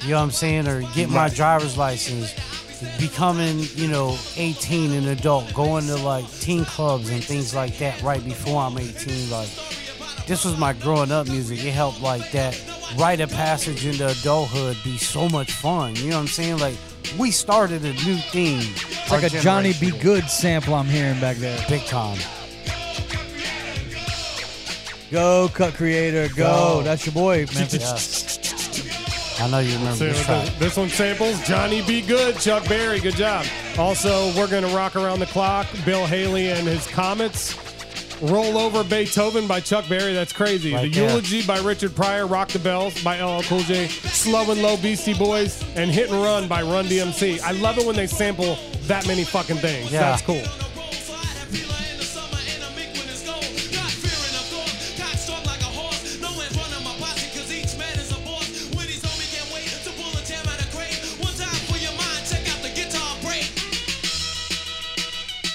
Speaker 4: You know what I'm saying? Or get my
Speaker 13: Right.
Speaker 4: driver's license, becoming, you know, 18 and adult, going to like teen clubs and things like that right before I'm 18. Like, this was my growing up music. It helped like that rite of passage into adulthood be so much fun. You know what I'm saying? Like, we started a new thing.
Speaker 2: It's like a Johnny B. Good sample I'm hearing back there.
Speaker 4: Big time.
Speaker 2: Go, cut creator, go.
Speaker 4: Go.
Speaker 2: That's your boy, man.
Speaker 4: I know you remember
Speaker 5: So
Speaker 4: this track.
Speaker 5: this, this one samples Johnny B. Good, Chuck Berry. Good job. Also, we're going to rock around the clock. Bill Haley and his Comets. Roll Over Beethoven by Chuck Berry. That's crazy.
Speaker 4: Right
Speaker 5: the
Speaker 4: there.
Speaker 5: Eulogy by Richard Pryor. Rock the Bells by LL Cool J. Slow and Low Beastie Boys. And Hit and Run by Run DMC. I love it when they sample that many fucking things.
Speaker 4: Yeah.
Speaker 5: That's cool.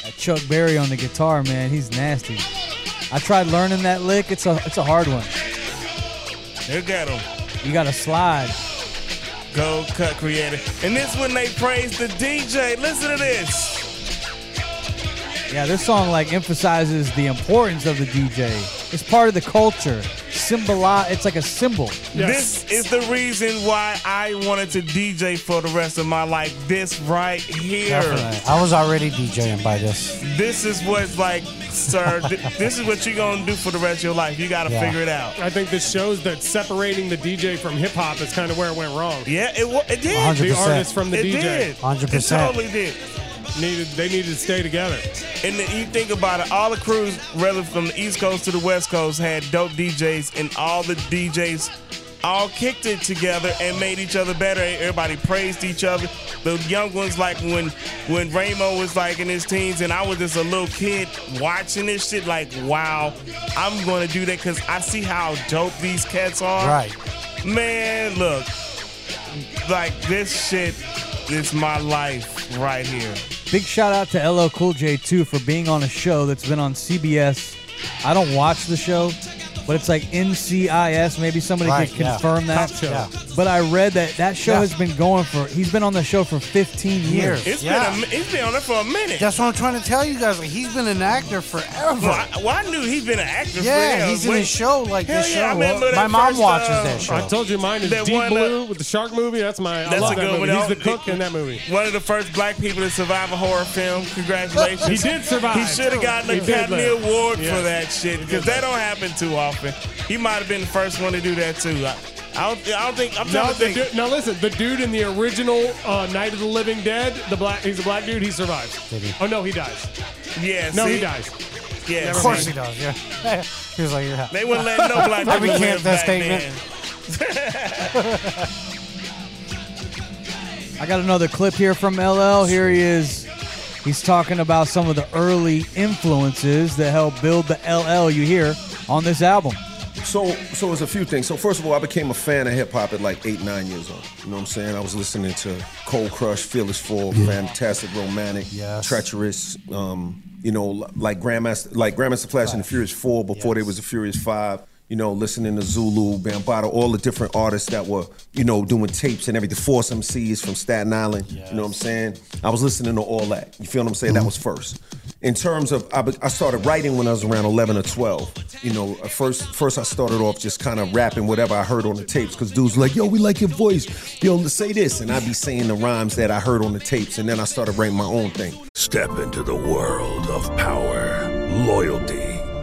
Speaker 2: That Chuck Berry on the guitar, man, he's nasty. I tried learning that lick. It's a it's a hard one.
Speaker 3: They got them.
Speaker 2: You got to slide.
Speaker 3: Go cut creator. And this when they praise the DJ. Listen to this.
Speaker 2: Yeah, this song like emphasizes the importance of the DJ. It's part of the culture. Symboli It's like a symbol.
Speaker 3: This is the reason why I wanted to DJ for the rest of my life. This right here.
Speaker 4: Definitely. I was already DJing by this.
Speaker 3: This is what's like, sir. [LAUGHS] th- this is what you're gonna do for the rest of your life. You gotta
Speaker 4: Yeah.
Speaker 3: figure it out.
Speaker 5: I think this shows that separating the DJ from hip hop is kind of where it went wrong.
Speaker 3: Yeah, it, wa- it did.
Speaker 4: 100%.
Speaker 5: The artist from the
Speaker 3: it
Speaker 5: DJ.
Speaker 3: did. It
Speaker 4: 100%.
Speaker 3: totally did.
Speaker 5: Needed they needed to stay together.
Speaker 3: And then you think about it, all the crews, rather from the East Coast to the West Coast, had dope DJs, and all the DJs all kicked it together and made each other better. Everybody praised each other. The young ones, like when when Ramo was like in his teens, and I was just a little kid watching this shit, like, wow, I'm going to do that because I see how dope these cats are.
Speaker 4: Right.
Speaker 3: Man, look, like this shit is my life right here.
Speaker 2: Big shout out to LL Cool J too for being on a show that's been on CBS. I don't watch the show, but it's like NCIS. Maybe somebody
Speaker 4: Right,
Speaker 2: could
Speaker 4: yeah.
Speaker 2: confirm that.
Speaker 4: Cop show. Yeah.
Speaker 2: But I read that that show
Speaker 4: Yeah. Hmm.
Speaker 2: has been going for. He's been on the show for 15 years.
Speaker 3: It's
Speaker 4: Yeah.
Speaker 3: been a, it's been on there for a minute.
Speaker 4: That's what I'm trying to tell you guys. Like he's been an actor forever.
Speaker 3: Well, I, well, I knew he's been an actor. for
Speaker 4: Yeah,
Speaker 3: real.
Speaker 4: he's in
Speaker 3: Wait.
Speaker 4: his show like
Speaker 3: Hell
Speaker 4: this show.
Speaker 3: yeah, I remember that
Speaker 4: My mom
Speaker 3: first,
Speaker 4: watches
Speaker 3: uh,
Speaker 4: that show.
Speaker 5: I told you mine is
Speaker 3: That
Speaker 5: Deep
Speaker 3: one, uh,
Speaker 5: Blue with the shark movie. That's my. I
Speaker 3: That's
Speaker 5: love
Speaker 3: a
Speaker 5: that
Speaker 3: good
Speaker 5: movie.
Speaker 3: one.
Speaker 5: He's the cook in that movie.
Speaker 3: One of the first black people to survive a horror film. Congratulations.
Speaker 5: He did survive.
Speaker 3: He should have gotten
Speaker 5: He
Speaker 3: an
Speaker 5: did
Speaker 3: Academy
Speaker 5: live.
Speaker 3: Award
Speaker 5: Yeah.
Speaker 3: for that shit
Speaker 5: did
Speaker 3: because that don't happen too often. He might have been the first one to do that too. I, I, don't, I don't think. I'm
Speaker 5: Now,
Speaker 3: trying to
Speaker 5: the
Speaker 3: think.
Speaker 5: dude, now listen, the dude in the original uh, Night of the Living Dead, the black, he's a black dude. He survives. Oh no, he dies.
Speaker 3: yeah,
Speaker 5: No,
Speaker 3: see?
Speaker 5: he dies.
Speaker 3: Yeah,
Speaker 4: Of
Speaker 3: see?
Speaker 4: course he does. Yeah, [LAUGHS] he was like, yeah.
Speaker 3: They wouldn't let no black
Speaker 4: I
Speaker 3: people live
Speaker 4: recant that
Speaker 3: back
Speaker 4: statement.
Speaker 3: then.
Speaker 2: I got another clip here from LL. Here he is. He's talking about some of the early influences that helped build the LL you hear on this album.
Speaker 6: So, so it's a few things. So, first of all, I became a fan of hip hop at like eight, nine years old. You know what I'm saying? I was listening to Cold Crush, Fearless Four, Fantastic Romantic,
Speaker 4: Yes.
Speaker 6: Treacherous. Um, you know, l- like Grandmaster, like Grandmaster Flash and the Furious Four before they was the Furious Five. You know, listening to Zulu, Bambata, all the different artists that were, you know, doing tapes and everything. Force MCs from Staten Island. You know what I'm saying? I was listening to all that. You feel what I'm saying? That was first. In terms of, I, be- I started writing when I was around 11 or 12. You know, at first, first I started off just kind of rapping whatever I heard on the tapes because dudes were like, yo, we like your voice. Yo, say this. And I'd be saying the rhymes that I heard on the tapes. And then I started writing my own thing.
Speaker 13: Step into the world of power, loyalty,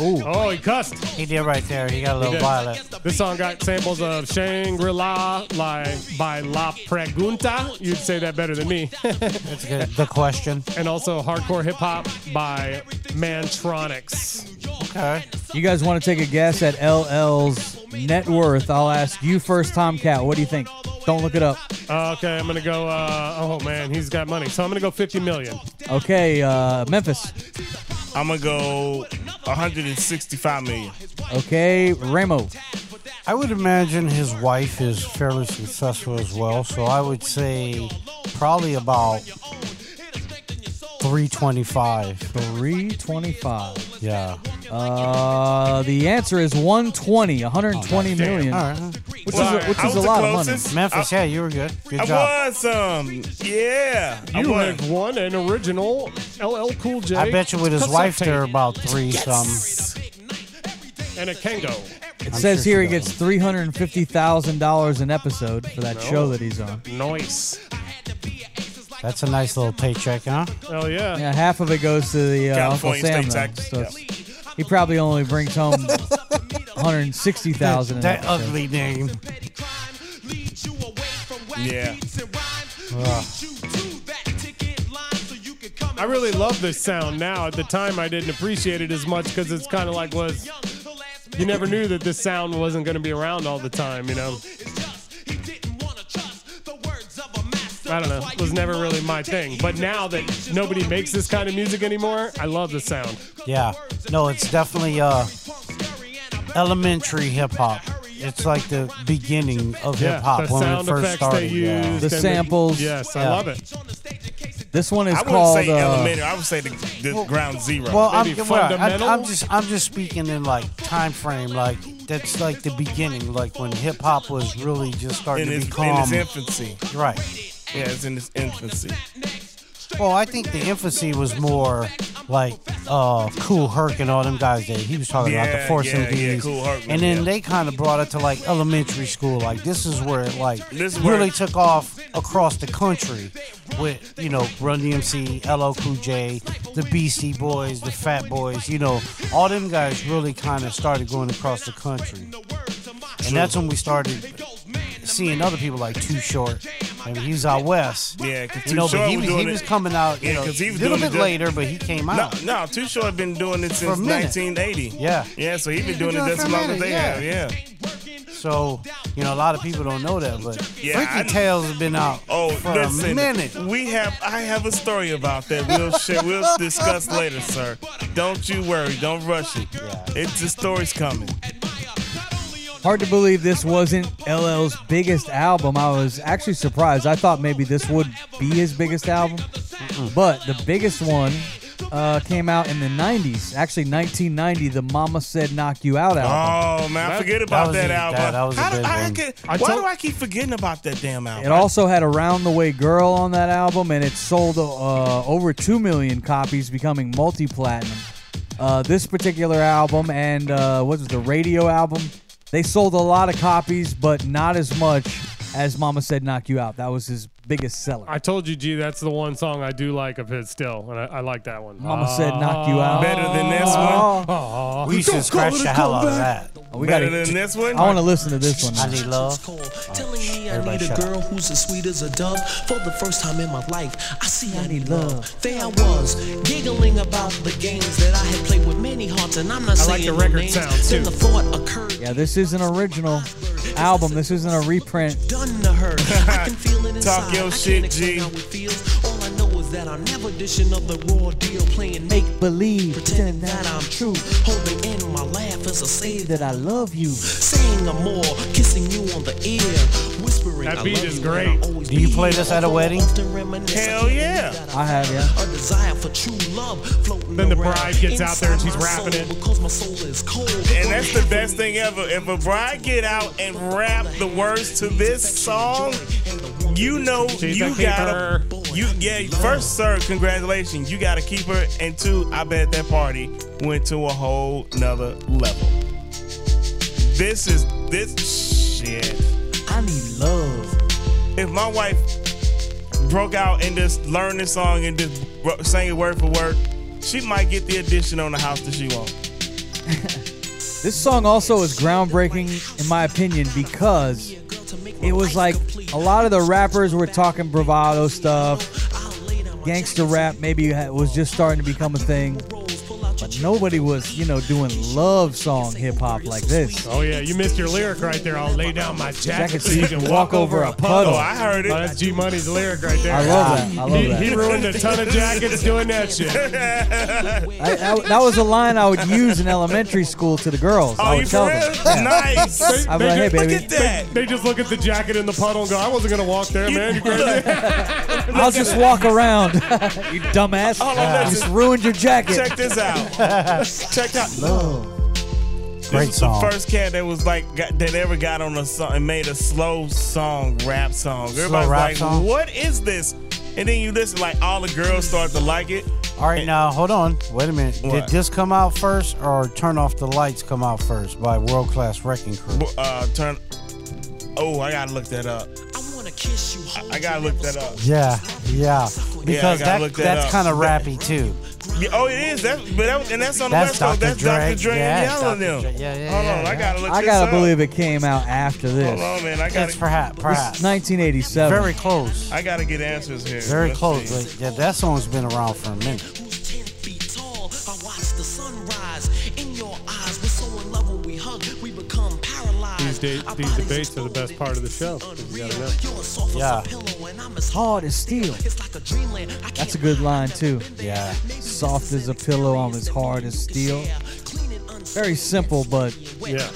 Speaker 4: Ooh.
Speaker 5: Oh, he cussed.
Speaker 4: He did right there. He got a
Speaker 5: He
Speaker 4: little
Speaker 5: did.
Speaker 4: violent.
Speaker 5: This song got samples of Shangri La by La Pregunta. You'd say that better than me. [LAUGHS]
Speaker 4: That's good. The question.
Speaker 5: and also Hardcore Hip Hop by Mantronics.
Speaker 4: Okay.
Speaker 2: You guys want to take a guess at LL's net worth? I'll ask you first, Tomcat. What do you think? Don't look it up.
Speaker 5: Uh, okay, I'm going to go. Uh, oh, man, he's got money. So I'm going to go 50 million.
Speaker 2: Okay, uh, Memphis.
Speaker 3: I'm gonna go 165 million.
Speaker 2: Okay, Ramo.
Speaker 4: I would imagine his wife is fairly successful as well, so I would say probably about Three twenty-five.
Speaker 2: Three twenty-five.
Speaker 4: Yeah.
Speaker 2: Uh, the answer is 120, 120
Speaker 4: damn.
Speaker 2: million,
Speaker 4: Oh, All right.
Speaker 2: which
Speaker 4: Well,
Speaker 2: is a, which
Speaker 4: I
Speaker 2: is a
Speaker 4: was the
Speaker 2: lot of money.
Speaker 4: closest. Memphis, I- yeah, you were good. Good
Speaker 3: I
Speaker 4: job.
Speaker 3: won some. Yeah. I
Speaker 5: You
Speaker 3: won.
Speaker 5: have won an original LL Cool J.
Speaker 4: I bet you with his
Speaker 5: cassette
Speaker 4: wife,
Speaker 5: tape.
Speaker 4: they're about three
Speaker 5: And a Kango.
Speaker 2: It says here he gets three hundred and fifty thousand dollars an episode for that
Speaker 5: No.
Speaker 2: show that he's on.
Speaker 5: Nice.
Speaker 4: some. That's a nice little paycheck, huh?
Speaker 5: Hell yeah.
Speaker 2: Yeah, half of it goes to the uh, Uncle
Speaker 4: California
Speaker 2: Sam.
Speaker 4: state
Speaker 2: though,
Speaker 4: tax.
Speaker 2: so it's- he probably only brings home one hundred sixty thousand.
Speaker 4: That ugly name.
Speaker 3: Yeah.
Speaker 5: I really love this sound now. At the time, I didn't appreciate it as much because it's kind of like was. You never knew that this sound wasn't going to be around all the time, you know. I don't know. It was never really my thing. But now that nobody makes this kind of music anymore, I love the sound.
Speaker 4: Yeah. No, it's definitely uh, elementary hip hop. It's like the beginning of
Speaker 5: Yeah,
Speaker 4: hip hop
Speaker 5: the
Speaker 4: when it
Speaker 5: sound
Speaker 4: first
Speaker 5: effects they
Speaker 4: started.
Speaker 5: used
Speaker 4: yeah.
Speaker 5: and The the- samples. yes, I
Speaker 4: Yeah.
Speaker 5: love it.
Speaker 2: This one is
Speaker 3: I wouldn't
Speaker 2: called.
Speaker 3: say
Speaker 2: uh,
Speaker 3: elementary. I would say the, the ground zero.
Speaker 4: Well, I'm,
Speaker 3: Maybe
Speaker 4: well, I'm-
Speaker 3: fundamental.
Speaker 4: I'm just I'm just speaking in like time frame, like that's like the beginning, like when hip hop was really just starting
Speaker 3: in
Speaker 4: to
Speaker 3: its, in
Speaker 4: become.
Speaker 3: its infancy.
Speaker 4: Right.
Speaker 3: Yeah, it's in its infancy.
Speaker 4: well, I think the infancy was more like uh, Cool Herc and all them guys that he was talking about
Speaker 3: Yeah,
Speaker 4: the Force
Speaker 3: yeah, yeah,
Speaker 4: MDs,
Speaker 3: Kool Herc,
Speaker 4: and then
Speaker 3: yeah.
Speaker 4: they kind of brought it to like elementary school. Like this is where it like
Speaker 3: This is where-
Speaker 4: really took off across the country with you know Run DMC, LL Cool J, the Beastie Boys, the Fat Boys. You know, all them guys really kind of started going across the country, and that's when we started seeing other people like Too Short. I mean, he was out west.
Speaker 3: Yeah, 'cause
Speaker 4: you know,
Speaker 3: Too Short
Speaker 4: but he
Speaker 3: was
Speaker 4: was, he
Speaker 3: doing
Speaker 4: was
Speaker 3: it-
Speaker 4: coming out.
Speaker 3: Yeah,
Speaker 4: you know,
Speaker 3: 'cause he was
Speaker 4: a little
Speaker 3: doing
Speaker 4: bit
Speaker 3: it just-
Speaker 4: later, but he came
Speaker 3: No,
Speaker 4: out.
Speaker 3: no, Too Short been doing it
Speaker 4: Ah. For a
Speaker 3: since
Speaker 4: minute.
Speaker 3: 1980.
Speaker 4: Yeah.
Speaker 3: Yeah, so he's been
Speaker 4: He's
Speaker 3: doing it
Speaker 4: been doing it
Speaker 3: just
Speaker 4: for
Speaker 3: as
Speaker 4: a
Speaker 3: long as
Speaker 4: minute,
Speaker 3: they
Speaker 4: yeah.
Speaker 3: have. Yeah.
Speaker 4: So you know, a lot of people don't know that, but
Speaker 3: Yeah,
Speaker 4: Freaky
Speaker 3: I-
Speaker 4: Tales has been out
Speaker 3: Oh,
Speaker 4: for
Speaker 3: listen,
Speaker 4: a minute.
Speaker 3: we have. I have a story about that. We'll share. We'll discuss later, sir. Don't you worry. Don't rush it. It's the story's coming.
Speaker 2: Hard to believe this wasn't LL's biggest album. I was actually surprised. I thought maybe this would be his biggest album, but the biggest one uh, came out in the '90s. Actually, 1990, the Mama Said "Knock You Out" album.
Speaker 3: Oh man, I
Speaker 4: That-
Speaker 3: forget about that,
Speaker 4: that was a-
Speaker 3: album.
Speaker 4: that- that was a
Speaker 3: How do-
Speaker 4: good
Speaker 3: I
Speaker 4: one.
Speaker 3: could-
Speaker 4: I
Speaker 3: why
Speaker 4: told-
Speaker 3: do I keep forgetting about that damn album?
Speaker 2: It also had a "Round the Way Girl" on that album, and it sold uh, over two million copies, becoming multi-platinum. Uh, this particular album and uh, what was it, the radio album? They sold a lot of copies, but not as much as "Mama Said Knock You Out." That was his biggest seller.
Speaker 5: I told you, G, that's the one song I do like of his still, and I, I like that one. Ah.
Speaker 2: Mama said knock you out.
Speaker 3: Better than this
Speaker 2: Oh.
Speaker 14: Uh,
Speaker 3: one.
Speaker 5: Oh.
Speaker 4: We should scratch the hell out of that.
Speaker 2: We
Speaker 3: Better
Speaker 2: gotta-
Speaker 3: than this one.
Speaker 2: I want to listen to this one.
Speaker 4: I need love. Uh,
Speaker 14: Telling me I need
Speaker 4: Everybody
Speaker 14: a
Speaker 4: shut up.
Speaker 14: girl who's as sweet as a dove. For the first time in my life, I see I need
Speaker 2: love.
Speaker 14: love. There I was, giggling about the games that I had played with many hearts, and I'm not
Speaker 5: I
Speaker 14: saying
Speaker 5: like the
Speaker 14: no
Speaker 5: record
Speaker 14: names.
Speaker 5: sound,
Speaker 14: Then
Speaker 5: too.
Speaker 14: the thought occurred,
Speaker 2: Yeah, this is an original album. This isn't a reprint.
Speaker 14: done to her. I can feel it inside.
Speaker 3: Talk your
Speaker 14: I
Speaker 3: shit,
Speaker 14: can't explain
Speaker 3: G.
Speaker 14: how it feels. All I know is that I'm never dishing up the raw deal, playing make
Speaker 2: Make believe, pretending
Speaker 14: that I'm true, holding in my laugh as I say that.
Speaker 2: that I love you.
Speaker 14: Saying I'm more, kissing you on the ear, whispering
Speaker 5: That
Speaker 14: I
Speaker 5: beat
Speaker 14: love
Speaker 5: is
Speaker 14: you,
Speaker 5: great.
Speaker 14: and I'll always
Speaker 4: Do you
Speaker 14: be
Speaker 4: play
Speaker 14: here,
Speaker 4: this at a
Speaker 14: although I
Speaker 4: wedding?
Speaker 14: often reminisce, I
Speaker 3: Hell
Speaker 14: can't
Speaker 3: yeah.
Speaker 2: I have, yeah.
Speaker 14: a desire for true love floating
Speaker 5: Then the
Speaker 14: around
Speaker 5: bride gets out there and she's
Speaker 14: inside my
Speaker 5: rapping
Speaker 14: soul
Speaker 5: it.
Speaker 14: because my soul is cold.
Speaker 3: And that's the best thing ever. If a bride get out and rap the words to this song, you know
Speaker 5: She's
Speaker 3: you
Speaker 5: a
Speaker 3: gotta
Speaker 5: keeper.
Speaker 3: you yeah, first sir, congratulations. You gotta keep her and two, I bet that party went to a whole nother level. This is this shit.
Speaker 14: I need love.
Speaker 3: If my wife broke out and just learned this song and just ro- sang it word for word, she might get the addition on the house that she wants.
Speaker 2: This song also is groundbreaking, in my opinion, because it was like a lot of the rappers were talking bravado stuff. Gangster rap maybe ha- was just starting to become a thing. but nobody was, you know, doing love song hip hop like this.
Speaker 5: Oh yeah, you missed your lyric right there. I'll lay down my jacket
Speaker 2: Jacket
Speaker 5: so you can walk over a puddle.
Speaker 2: Oh, I
Speaker 5: heard it. That's G Money's lyric right there.
Speaker 2: I love that. I love
Speaker 5: he,
Speaker 2: that.
Speaker 5: He ruined a ton of jackets doing that shit.
Speaker 2: I, I- that was a line I would use in elementary school to the girls. I
Speaker 5: Oh,
Speaker 2: would tell them. Yeah. [LAUGHS] I'd be like, hey, baby.
Speaker 5: They, they just look at the jacket in the puddle and go, "I wasn't gonna walk there, man." You crazy?
Speaker 2: I'll just walk
Speaker 4: [LAUGHS]
Speaker 2: around. you dumbass.
Speaker 5: Hold on,
Speaker 2: you
Speaker 5: listen.
Speaker 2: just ruined your jacket.
Speaker 3: Check
Speaker 2: [LAUGHS]
Speaker 3: this out. Check out.
Speaker 2: Great
Speaker 3: this
Speaker 2: song.
Speaker 3: Is the first cat that was like got, that ever got on a song and made a slow song rap song.
Speaker 4: Slow
Speaker 3: Everybody's
Speaker 4: rap
Speaker 3: like,
Speaker 4: song?
Speaker 3: "What is this?" And then you listen, like all the girls start to like it.
Speaker 4: All right, now hold on. Wait a minute.
Speaker 3: What?
Speaker 4: Did this come out first or Turn Off the Lights come out first by World Class Wrecking Crew?
Speaker 3: Uh, turn. Oh, I gotta look that up. I, I gotta look that up.
Speaker 4: Yeah, yeah. Because
Speaker 3: gotta
Speaker 4: that,
Speaker 3: look that
Speaker 4: that's
Speaker 3: up.
Speaker 4: kind of rappy too.
Speaker 3: Yeah, oh, it is. That, but that, and that's on the West
Speaker 4: That's
Speaker 3: Coast.
Speaker 4: Dr.
Speaker 3: That's
Speaker 4: Dre.
Speaker 3: Dr. Dre
Speaker 4: Yeah,
Speaker 3: and Yellow and
Speaker 4: Dr.
Speaker 3: them.
Speaker 4: Dre. Yeah, yeah,
Speaker 3: Hold
Speaker 4: yeah,
Speaker 3: on, I
Speaker 4: yeah.
Speaker 3: gotta look
Speaker 2: I
Speaker 3: this
Speaker 2: gotta
Speaker 3: up.
Speaker 2: believe it came out after this.
Speaker 3: Hold on, man. I gotta.
Speaker 4: It's perhaps,
Speaker 2: This
Speaker 4: perhaps.
Speaker 2: is 1987.
Speaker 4: Very close.
Speaker 3: I gotta get answers here.
Speaker 4: Very
Speaker 3: Let's
Speaker 4: close.
Speaker 3: see.
Speaker 4: Like, yeah, that song's been around for a minute.
Speaker 14: I watch the sunrise in your eyes. We're so in love when we hug, we become paralyzed.
Speaker 5: These, dates, these debates are the best part of the show. 'cause You gotta know.
Speaker 4: Yeah.
Speaker 2: Hard as steel. That's a good line too.
Speaker 4: Yeah.
Speaker 2: Soft as a pillow, I'm as hard as steel. Very simple, but
Speaker 5: Yeah,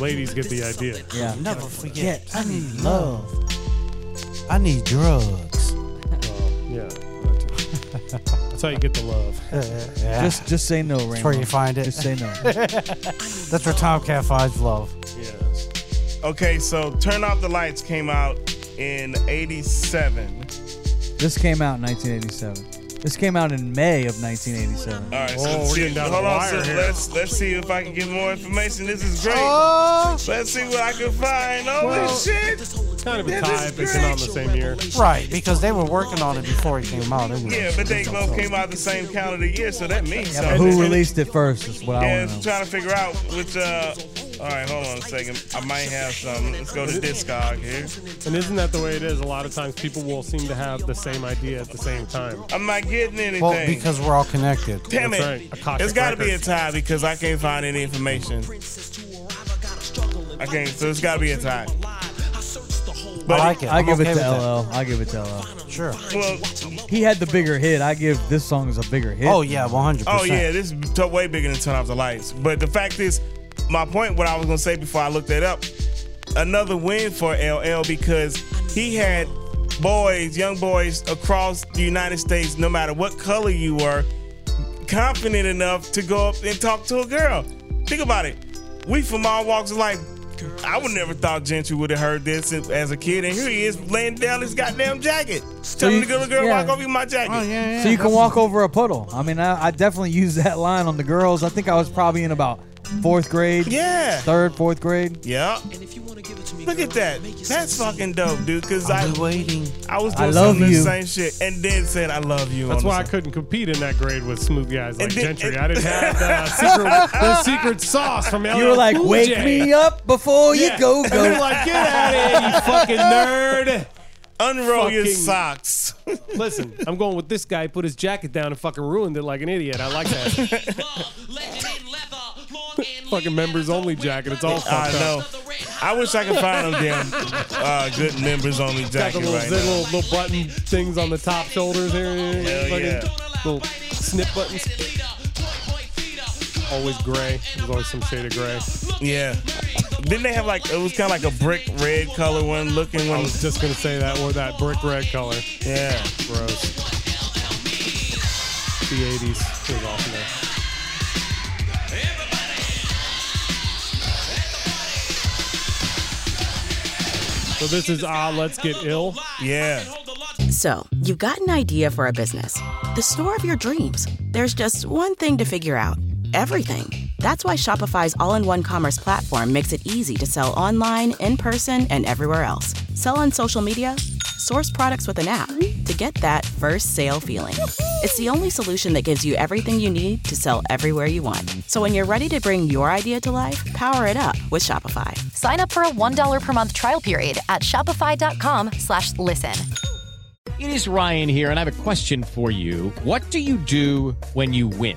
Speaker 5: ladies get the idea.
Speaker 2: yeah. Mm-hmm.
Speaker 4: Never forget. I need love. I need drugs.
Speaker 5: Yeah, that's how you get
Speaker 2: [LAUGHS]
Speaker 5: the love.
Speaker 4: Yeah.
Speaker 2: Just just say no, Raymond.
Speaker 4: That's where you find it.
Speaker 2: Just say no.
Speaker 4: [LAUGHS] That's where Tomcat finds love.
Speaker 5: Yes.
Speaker 3: Okay, so Turn Off the Lights came out in 87.
Speaker 2: This came out in 1987. This came out in May of 1987.
Speaker 3: All right,
Speaker 5: Whoa,
Speaker 3: so
Speaker 5: we're
Speaker 3: see,
Speaker 5: getting down
Speaker 3: hold
Speaker 5: the
Speaker 3: on,
Speaker 5: wire
Speaker 3: so
Speaker 5: here.
Speaker 3: let's let's see if I can get more information. This is great. Let's see what I can find. Holy
Speaker 5: Well,
Speaker 3: shit!
Speaker 5: It's kind of a
Speaker 3: That
Speaker 5: tie
Speaker 3: is
Speaker 5: if it's not on the same year.
Speaker 4: Right, because they were working on it before he came out. Anyway.
Speaker 3: Yeah, but they both came out the same calendar year, so that means
Speaker 2: But
Speaker 3: something.
Speaker 2: who released it first is what I
Speaker 3: Yeah,
Speaker 2: want to know.
Speaker 3: trying to figure out which. Uh, all right, hold on a second. I might have some. Let's go to Discog here.
Speaker 5: And isn't that the way it is? A lot of times people will seem to have the same idea at the same time.
Speaker 3: I'm not getting anything.
Speaker 4: Well, because we're all connected.
Speaker 3: Damn it!
Speaker 5: That's right, a cock
Speaker 3: It's got to be a
Speaker 5: record.
Speaker 3: tie because I can't find any information. I can't, so it's got to be a tie.
Speaker 4: I like it.
Speaker 2: I
Speaker 4: I'm
Speaker 2: give
Speaker 4: okay
Speaker 2: it to
Speaker 4: with that.
Speaker 2: LL. I give it to LL.
Speaker 4: Sure.
Speaker 3: Well,
Speaker 2: He had the bigger hit. I give this song is a bigger hit.
Speaker 4: Oh yeah, 100.
Speaker 3: oh yeah, this is t- way bigger than turn off the lights. But the fact is, my point, what I was gonna say before I looked that up, another win for LL because he had boys, young boys across the United States, no matter what color you were, confident enough to go up and talk to a girl. Think about it. We from all walks of life. I would never thought Gentry would have heard this as a kid, and here he is laying down his goddamn jacket, telling
Speaker 2: you-
Speaker 3: the girl, "Girl,
Speaker 2: yeah.
Speaker 3: walk over you my jacket."
Speaker 2: So you can walk over a puddle. I mean, I, I definitely used that line on the girls. I think I was probably in about fourth grade.
Speaker 3: Yeah.
Speaker 2: Third, fourth grade.
Speaker 3: Yeah. Look at that. That's fucking dope, dude. Cause I,
Speaker 4: I'm waiting.
Speaker 3: I was
Speaker 2: I
Speaker 3: doing
Speaker 2: love
Speaker 3: some of the
Speaker 2: you.
Speaker 3: same shit, and then said I love you.
Speaker 5: That's
Speaker 3: on the
Speaker 5: why I
Speaker 3: same-
Speaker 5: couldn't compete in that grade with smooth guys like
Speaker 3: And then-
Speaker 5: Gentry. I didn't
Speaker 2: [LAUGHS]
Speaker 5: have the secret, the secret sauce from LL.
Speaker 2: You were like,
Speaker 5: Cool
Speaker 2: wake
Speaker 5: J."
Speaker 2: me up before
Speaker 5: Yeah.
Speaker 2: you go,
Speaker 5: And
Speaker 2: go.
Speaker 4: [LAUGHS]
Speaker 5: they're like, get out of here, you
Speaker 2: [LAUGHS]
Speaker 5: fucking nerd.
Speaker 3: unroll your
Speaker 5: Fucking-
Speaker 3: socks.
Speaker 5: Listen, I'm going with this guy. Put his jacket down and fucking ruined it like an idiot. I like that. fucking members only jacket. It's all
Speaker 3: I
Speaker 5: fucked
Speaker 3: know.
Speaker 5: up.
Speaker 3: I wish I could find them damn uh, good members on me
Speaker 5: Got the
Speaker 3: jacket
Speaker 5: little,
Speaker 3: right
Speaker 5: the
Speaker 3: now.
Speaker 5: little, little button things on the top shoulders here. Fucking
Speaker 3: yeah.
Speaker 5: Little snip buttons. Always gray. There's always some shade of gray.
Speaker 3: Yeah. Didn't they have like it was kind of like a brick red color one looking
Speaker 5: I
Speaker 3: one?
Speaker 5: was just gonna say that or that brick red color.
Speaker 3: Yeah.
Speaker 5: Gross. The 80s was awesome. there. So this is Ah, Let's Get Ill.
Speaker 3: Yeah.
Speaker 15: So, you've got an idea for a business, the store of your dreams. There's just one thing to figure out everything. That's why Shopify's all in one commerce platform makes it easy to sell online, in person, and everywhere else. Sell on social media, source products with an app to get that first sale feeling. It's the only solution that gives you everything you need to sell everywhere you want. So, when you're ready to bring your idea to life, power it up with Shopify.
Speaker 16: Sign up for a $1 per month trial period at shopify.com slash listen.
Speaker 17: It is Ryan here, and I have a question for you. What do you do when you win?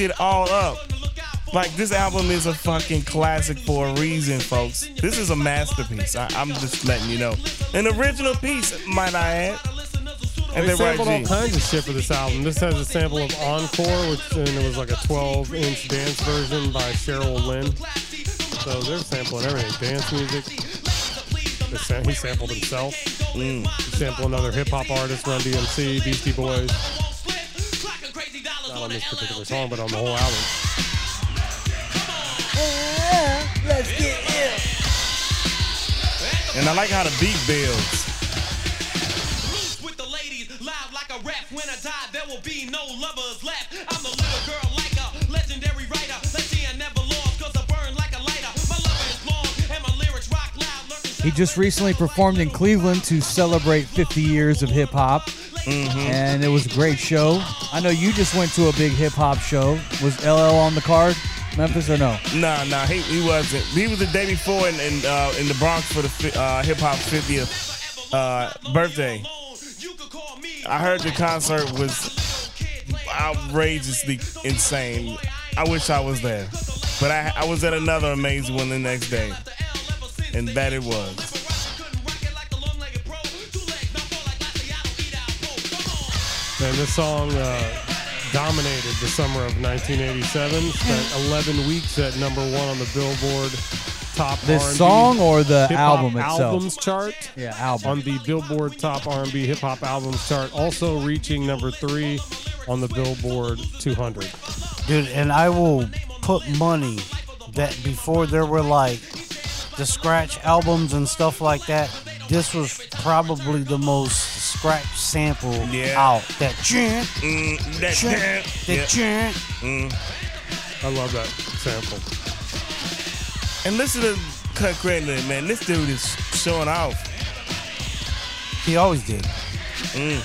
Speaker 3: it all up. Like, this album is a fucking classic for a reason, folks. This is a masterpiece. I, I'm just letting you know. An original piece, might I add. And
Speaker 5: they
Speaker 3: then
Speaker 5: sampled all
Speaker 3: YG.
Speaker 5: kinds of shit for this album. This has a sample of Encore, which and it was like a 12 inch dance version by Cheryl Lynn. So they're sampling everything dance music. The sa- He sampled himself. He sampled another hip hop artist, Run DMC, Beastie Boys. Not on this particular song, but on the whole album.
Speaker 14: Let's get ill.
Speaker 3: And I like how the beat builds.
Speaker 2: He just recently performed in Cleveland to celebrate 50 years of hip hop,
Speaker 4: Mm-hmm.
Speaker 2: and it was a great show. I know you just went to a big hip hop show. Was LL on the card, Memphis or no?
Speaker 3: Nah, nah, he, he wasn't. He was the day before in in, uh, in the Bronx for the fi- uh, hip hop 50th uh, birthday. I heard the concert was outrageously insane. I wish I was there, but I, I was at another amazing one the next day, and that it was.
Speaker 5: And this song uh, dominated the summer of 1987. Spent 11 weeks at number one on the Billboard Top
Speaker 2: This
Speaker 5: R&B
Speaker 2: song or the
Speaker 5: Hip-Hop
Speaker 2: album itself?
Speaker 5: Albums chart.
Speaker 2: Yeah, album.
Speaker 5: On the Billboard Top R&B Hip Hop Albums chart, also reaching number three on the Billboard 200.
Speaker 4: Dude, and I will put money that before there were like the scratch albums and stuff like that, this was probably the most scratch sample out. That chant,
Speaker 3: Mm, [LAUGHS] that
Speaker 4: chant,
Speaker 3: chant.
Speaker 4: that
Speaker 3: Yeah.
Speaker 4: chant.
Speaker 5: I love that sample.
Speaker 3: And listen to Cut Credit, man. This dude is showing off.
Speaker 4: He always did.
Speaker 3: Mm.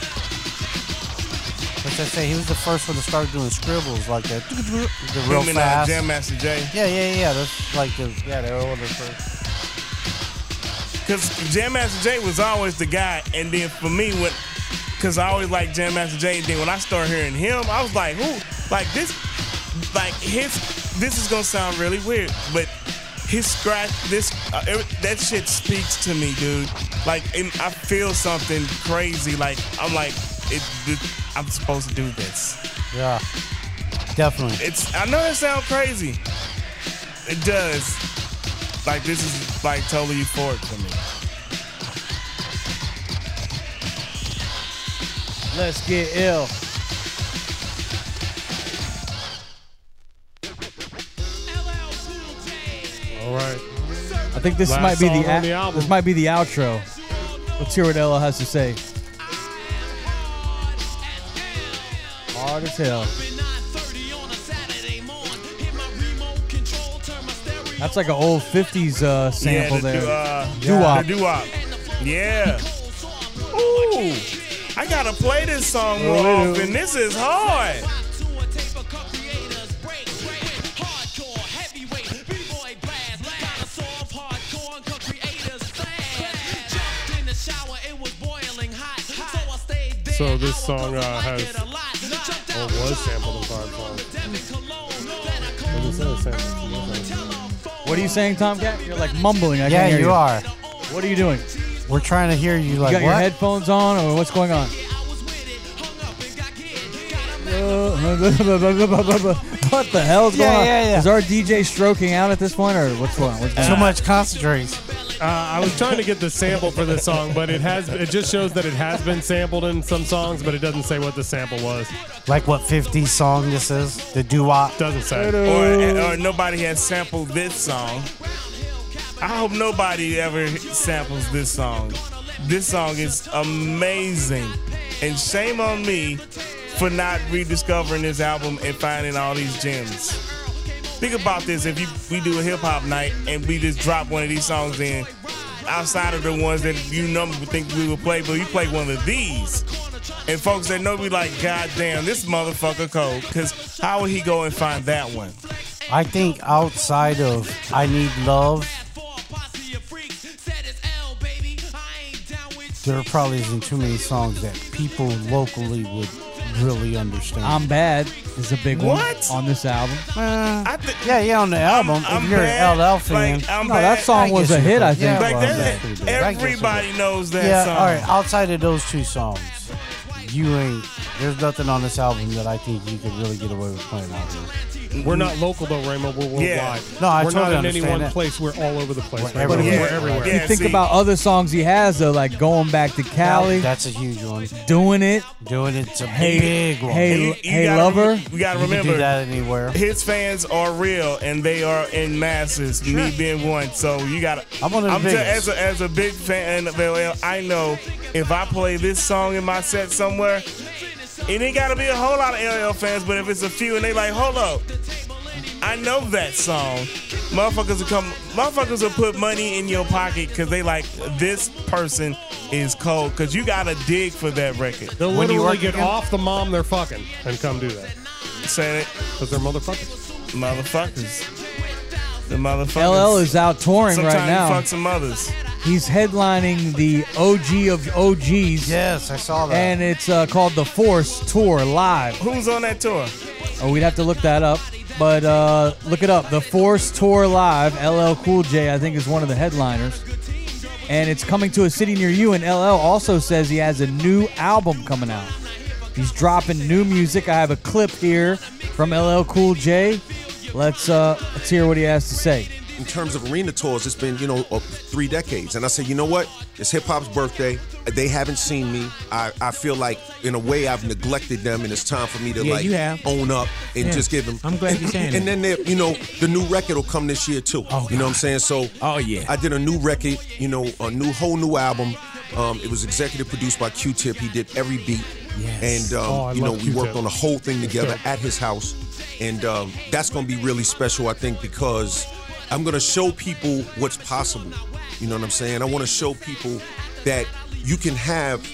Speaker 4: Which I say he was the first one to start doing scribbles like that. The real
Speaker 3: Him and uh,
Speaker 4: fast.
Speaker 3: Jam Master Jay.
Speaker 4: Yeah, yeah, yeah. That's like the yeah, they were one of the first.
Speaker 3: Cause Jam Master Jay was always the guy, and then for me, when cause I always liked Jam Master Jay, and then when I started hearing him, I was like, who? Like this, like his. This is gonna sound really weird, but his scratch, this uh, every- that shit speaks to me, dude. Like and I feel something crazy. Like I'm like, it, it, I'm supposed to do this.
Speaker 4: Yeah, definitely.
Speaker 3: It's I know that sounds crazy. It does. Like this is like totally euphoric for me.
Speaker 2: Let's get ill.
Speaker 5: All right.
Speaker 2: I think this
Speaker 5: Last
Speaker 2: might be the,
Speaker 5: song on
Speaker 2: a-
Speaker 5: the album.
Speaker 2: this might be the outro. Let's hear what LL has to say. Hard as hell. That's like an old '50s uh, sample
Speaker 3: yeah, the
Speaker 2: there.
Speaker 3: doo- uh,
Speaker 2: Doo-wop.
Speaker 3: The doo-wop. Yeah. Ooh. I gotta play this song more
Speaker 2: Ooh.
Speaker 3: often. This is hard.
Speaker 5: So this song uh, has or was sampled in Five
Speaker 2: What are you saying, Tomcat? You're like mumbling. I
Speaker 4: yeah,
Speaker 2: can't hear
Speaker 4: you, are.
Speaker 2: What are you doing?
Speaker 4: We're trying to hear you.
Speaker 2: You
Speaker 4: like
Speaker 2: got
Speaker 4: what?
Speaker 2: your headphones on, or what's going on? [LAUGHS] what the hell's
Speaker 4: Yeah,
Speaker 2: going on?
Speaker 4: yeah, yeah.
Speaker 2: Is our DJ stroking out at this point, or what's going on? What's going
Speaker 4: Too
Speaker 2: on?
Speaker 4: much concentrates.
Speaker 5: Uh, I was trying to get the sample for this song, but it has it just shows that it has been sampled in some songs, but it doesn't say what the sample was.
Speaker 4: Like what 50 song this is? The doo wop.
Speaker 5: Doesn't say.
Speaker 3: Or, or nobody has sampled this song. I hope nobody ever samples this song. This song is amazing. And shame on me for not rediscovering this album and finding all these gems. Think about this: if you, we do a hip hop night and we just drop one of these songs in, outside of the ones that you normally would think we would play, but you play one of these, and folks that know we like, God damn, this motherfucker cold. Because how would he go and find that one?
Speaker 4: I think outside of I Need Love, there probably isn't too many songs that people locally would really understand.
Speaker 2: I'm Bad is a big
Speaker 4: What?
Speaker 2: one on this album.
Speaker 4: Uh, yeah, yeah, on the album. if you're
Speaker 3: bad.
Speaker 4: an LL fan,
Speaker 3: Like, I'm
Speaker 2: No, that
Speaker 3: bad.
Speaker 2: song was a hit, I think.
Speaker 4: Yeah,
Speaker 3: Like
Speaker 4: well,
Speaker 3: that,
Speaker 4: that's pretty good. I guess it
Speaker 3: everybody knows that
Speaker 4: yeah,
Speaker 3: song.
Speaker 4: all right. Outside of those two songs, you ain't. There's nothing on this album that I think you could really get away with playing out here.
Speaker 5: We're not local though, Raymond. We're worldwide.
Speaker 4: Yeah. No, I
Speaker 5: we're
Speaker 4: totally
Speaker 5: not in any
Speaker 4: understand
Speaker 5: one
Speaker 4: that.
Speaker 5: place. We're all over the place.
Speaker 4: We're
Speaker 5: Raymond.
Speaker 4: everywhere.
Speaker 5: We're
Speaker 4: Yeah.
Speaker 5: everywhere.
Speaker 2: you think about other songs he has though, like going back to Cali.
Speaker 4: That's a huge one.
Speaker 2: Doing it.
Speaker 4: Doing it's a
Speaker 2: Hey-
Speaker 4: big one.
Speaker 2: hey,
Speaker 3: And you- you
Speaker 2: hey,
Speaker 3: gotta
Speaker 2: lover.
Speaker 3: rem- you gotta
Speaker 4: You can
Speaker 3: remember
Speaker 4: do that anywhere.
Speaker 3: His fans are real and they are in masses. Me being one, so you gotta.
Speaker 4: I'm one of the
Speaker 3: ju- as
Speaker 4: biggest.
Speaker 3: a, as a big fan of LL, I know if I play this song in my set somewhere, it ain't gotta be a whole lot of LL fans, but if it's a few and they like, hold up, I know that song. Motherfuckers will come. Motherfuckers will put money in your pocket because they like this person is cold. Because you gotta dig for that record.
Speaker 5: They'll literally get off the mom they're fucking and come do that.
Speaker 3: Say it.
Speaker 5: Because they're motherfuckers.
Speaker 3: Motherfuckers. The motherfuckers.
Speaker 2: LL is out touring
Speaker 3: Sometimes
Speaker 2: right now.
Speaker 3: you fuck some mothers.
Speaker 2: He's headlining the OG of OGs.
Speaker 4: Yes, I saw that.
Speaker 2: And it's uh, called the Force Tour Live.
Speaker 3: Who's on that tour?
Speaker 2: Oh, we'd have to look that up. But uh, look it up. The Force Tour Live. LL Cool J, I think, is one of the headliners. And it's coming to a city near you. And LL also says he has a new album coming out. He's dropping new music. I have a clip here from LL Cool J. Let's uh, let's hear what he has to say.
Speaker 6: in terms of arena tours, it's been, you know, uh, three decades. And I said, you know what? It's hip hop's birthday. They haven't seen me. I, I feel like, in a way, I've neglected them, and it's time for me to,
Speaker 18: Yeah,
Speaker 6: like,
Speaker 18: you have.
Speaker 6: own up and
Speaker 18: Yeah.
Speaker 6: just give them.
Speaker 18: I'm glad
Speaker 6: and, [LAUGHS]
Speaker 18: you're saying
Speaker 6: And
Speaker 18: that.
Speaker 6: then, they- you know, the new record will come this year, too. you know what I'm saying? So, oh, yeah. I did a new record, you know, a new whole new album. Um, it was executive produced by Q Tip. He did every beat. And, um,
Speaker 5: Oh, I
Speaker 6: you know,
Speaker 5: love
Speaker 6: we
Speaker 5: Q-Tip.
Speaker 6: worked on the whole thing together
Speaker 5: Sure.
Speaker 6: at his house. And um, that's going to be really special, I think, because I'm going to show people what's possible. You know what I'm saying? I want to show people that you can have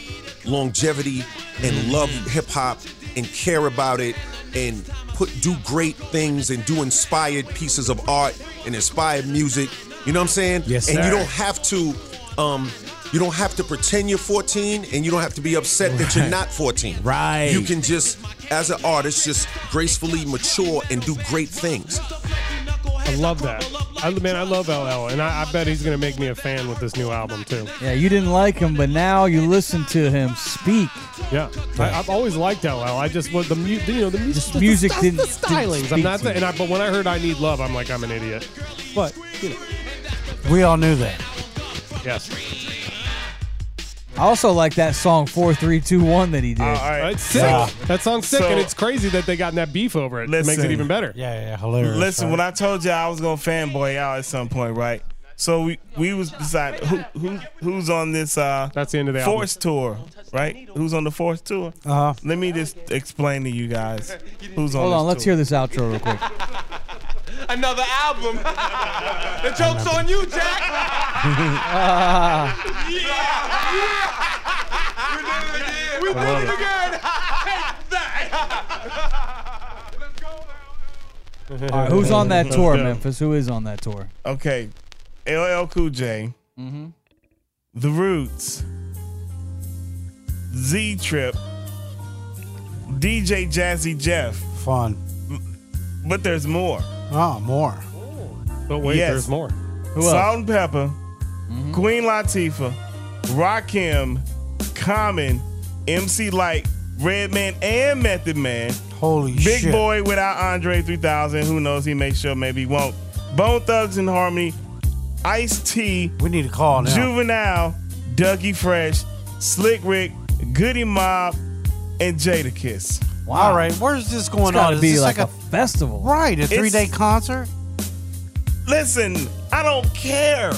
Speaker 6: longevity
Speaker 18: Mm-hmm.
Speaker 6: and love hip hop and care about it and put do great things and do inspired pieces of art and inspired music. You know what I'm saying?
Speaker 18: Yes,
Speaker 6: And you
Speaker 18: sir.
Speaker 6: don't have to um, you don't have to pretend you're 14 and you don't have to be upset that you're
Speaker 18: Right.
Speaker 6: not 14.
Speaker 18: Right.
Speaker 6: You can just, as an artist, just gracefully mature and do great things.
Speaker 5: I love that. I, man, I love LL, and I, I bet he's gonna make me a fan with this new album too.
Speaker 2: Yeah, you didn't like him, but now you listen to him speak.
Speaker 5: Yeah, I, I've always liked LL. I just was the mu- you know the music, the,
Speaker 2: music
Speaker 5: the,
Speaker 2: didn't-
Speaker 5: the
Speaker 2: didn't
Speaker 5: stylings.
Speaker 2: speak
Speaker 5: I'm not,
Speaker 2: to
Speaker 5: the,
Speaker 2: me.
Speaker 5: and I, but when I heard "I Need Love," I'm like, I'm an idiot. But you know,
Speaker 4: We all knew that.
Speaker 5: yes.
Speaker 2: I also like that song 4321 that he did.
Speaker 5: all right, it's sick.
Speaker 2: Yeah.
Speaker 5: That song's sick,
Speaker 3: So-
Speaker 5: and it's crazy that they got in that beef over it. it makes
Speaker 3: Listen.
Speaker 5: it even better.
Speaker 4: Yeah, yeah, hilarious.
Speaker 3: Listen,
Speaker 4: right?
Speaker 3: when I told you I was gonna fanboy out at some point, right? So we we was beside who who who's on this uh
Speaker 5: That's the end of the album.
Speaker 3: Force tour, right? Who's on the Force tour?
Speaker 4: Uh-huh.
Speaker 3: Let me just explain to you guys who's on.
Speaker 2: Hold
Speaker 3: this
Speaker 2: on, let's
Speaker 3: tour.
Speaker 2: hear this outro real quick.
Speaker 19: [LAUGHS] Another album. the joke's on you,
Speaker 2: [LAUGHS]
Speaker 19: Jack. [LAUGHS]
Speaker 2: Ah,
Speaker 19: yeah. yeah. We did
Speaker 2: love
Speaker 19: it again. We did it
Speaker 2: it.
Speaker 19: again. [LAUGHS] Take that.
Speaker 2: all right, who's on that tour, Memphis? Who is on that tour?
Speaker 3: Okay, LL Cool J,
Speaker 2: Mhm.
Speaker 3: The Roots, Z Trip, DJ Jazzy Jeff.
Speaker 4: Fun.
Speaker 3: But there's more.
Speaker 4: Oh, more.
Speaker 5: But wait,
Speaker 3: Yes.
Speaker 5: there's more.
Speaker 3: Salt and Pepper,
Speaker 2: Mm-hmm.
Speaker 3: Queen Latifah, Rakim, Common, MC Light, Redman, and Method Man.
Speaker 4: Holy
Speaker 3: Big
Speaker 4: shit.
Speaker 3: Boy without Andre 3000. Who knows? He may show, maybe he won't. Bone Thugs and Harmony, Ice T.
Speaker 4: We need to call now.
Speaker 3: Juvenile, Dougie Fresh, Slick Rick, Goody Mob, and Jada Kiss.
Speaker 4: All right, where's this going
Speaker 2: It's
Speaker 4: on?
Speaker 2: gotta
Speaker 4: Is
Speaker 2: be
Speaker 4: this
Speaker 2: like
Speaker 4: like,
Speaker 2: a festival.
Speaker 4: right a
Speaker 3: It's-
Speaker 4: three day concert?
Speaker 3: Listen, I don't care.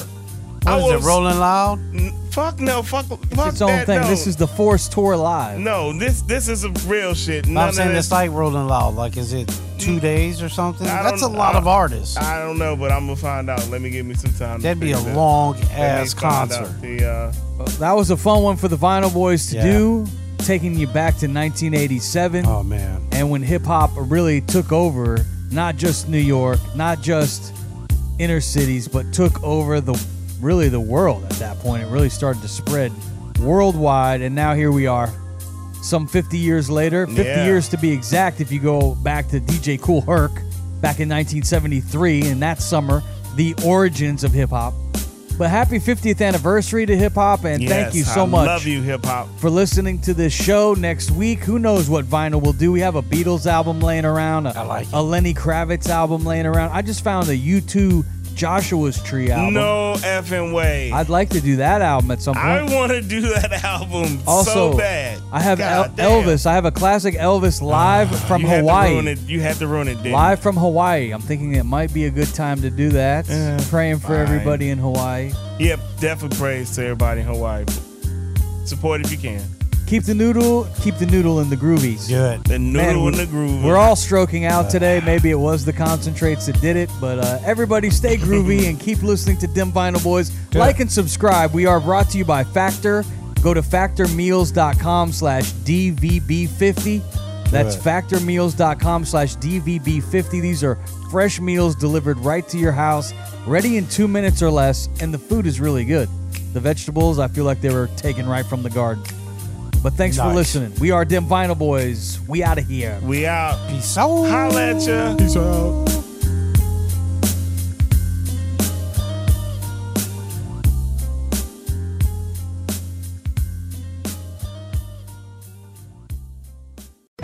Speaker 3: I
Speaker 4: What is
Speaker 3: will
Speaker 4: it? Rolling Loud?
Speaker 3: N- Fuck no, fuck, fuck
Speaker 2: its own
Speaker 3: that,
Speaker 2: thing.
Speaker 3: No.
Speaker 2: This is the Force Tour Live.
Speaker 3: no, this this is real shit. None
Speaker 4: I'm
Speaker 3: of
Speaker 4: saying
Speaker 3: this-
Speaker 4: this like world allowed. Like, is it two days or something?
Speaker 3: I
Speaker 4: That's a
Speaker 3: don't-
Speaker 4: lot
Speaker 3: I-
Speaker 4: of artists.
Speaker 3: I don't know, but I'm gonna find out. Let me give me some time. to
Speaker 4: That'd be a
Speaker 3: figure this-
Speaker 4: long
Speaker 3: Let me
Speaker 4: ass
Speaker 3: find out
Speaker 4: concert.
Speaker 3: The, uh,
Speaker 2: That was a fun one for the Vinyl Boys to
Speaker 4: Yeah.
Speaker 2: do, taking you back to 1987. Oh
Speaker 4: man!
Speaker 2: And when hip hop really took over, not just New York, not just inner cities, but took over the really the world at that point. It really started to spread worldwide, and now here we are, some 50 years later. 50
Speaker 3: Yeah.
Speaker 2: years to be exact, if you go back to DJ Cool Herc back in 1973, in that summer, the origins of hip hop. But happy 50th anniversary to hip hop, and thank
Speaker 3: yes,
Speaker 2: you so
Speaker 3: I
Speaker 2: much
Speaker 3: Love you, hip hop.
Speaker 2: for listening to this show next week. Who knows what vinyl will do? We have a Beatles album laying around, a, a Lenny Kravitz album laying around. I just found a U2 Joshua's Tree album.
Speaker 3: No effing way.
Speaker 2: I'd like to do that album at some point.
Speaker 3: I want to do that [LAUGHS] album
Speaker 2: also,
Speaker 3: so bad.
Speaker 2: I have El-
Speaker 3: God damn. Ah,
Speaker 2: Elvis. I have a classic Elvis live from
Speaker 3: you had to ruin
Speaker 2: Hawaii.
Speaker 3: it. You had to ruin it. Didn't
Speaker 2: Live from Hawaii. I'm thinking it might be a good time to do that. Praying for
Speaker 3: fine.
Speaker 2: everybody in Hawaii.
Speaker 3: You? Yep. Definitely praise to everybody in Hawaii. Support if you can.
Speaker 2: Keep the noodle, keep the noodle in the groovies.
Speaker 4: Good.
Speaker 3: The noodle in the groove.
Speaker 2: We're all stroking out today. Maybe it was the concentrates that did it, but uh, everybody stay groovy
Speaker 3: [LAUGHS]
Speaker 2: and keep listening to Dim Vinyl Boys. Like and subscribe. We are brought to you by Factor. Go to factormeals.com slash DVB50. That's
Speaker 4: Good.
Speaker 2: factormeals.com slash DVB50. These are fresh meals delivered right to your house, ready in two minutes or less, and the food is really good. The vegetables, I feel like they were taken right from the garden. But thanks for
Speaker 3: Nice.
Speaker 2: listening. We are Dim Vinyl Boys. We out of here.
Speaker 3: We out.
Speaker 4: Peace out.
Speaker 3: Holla at ya. Peace out.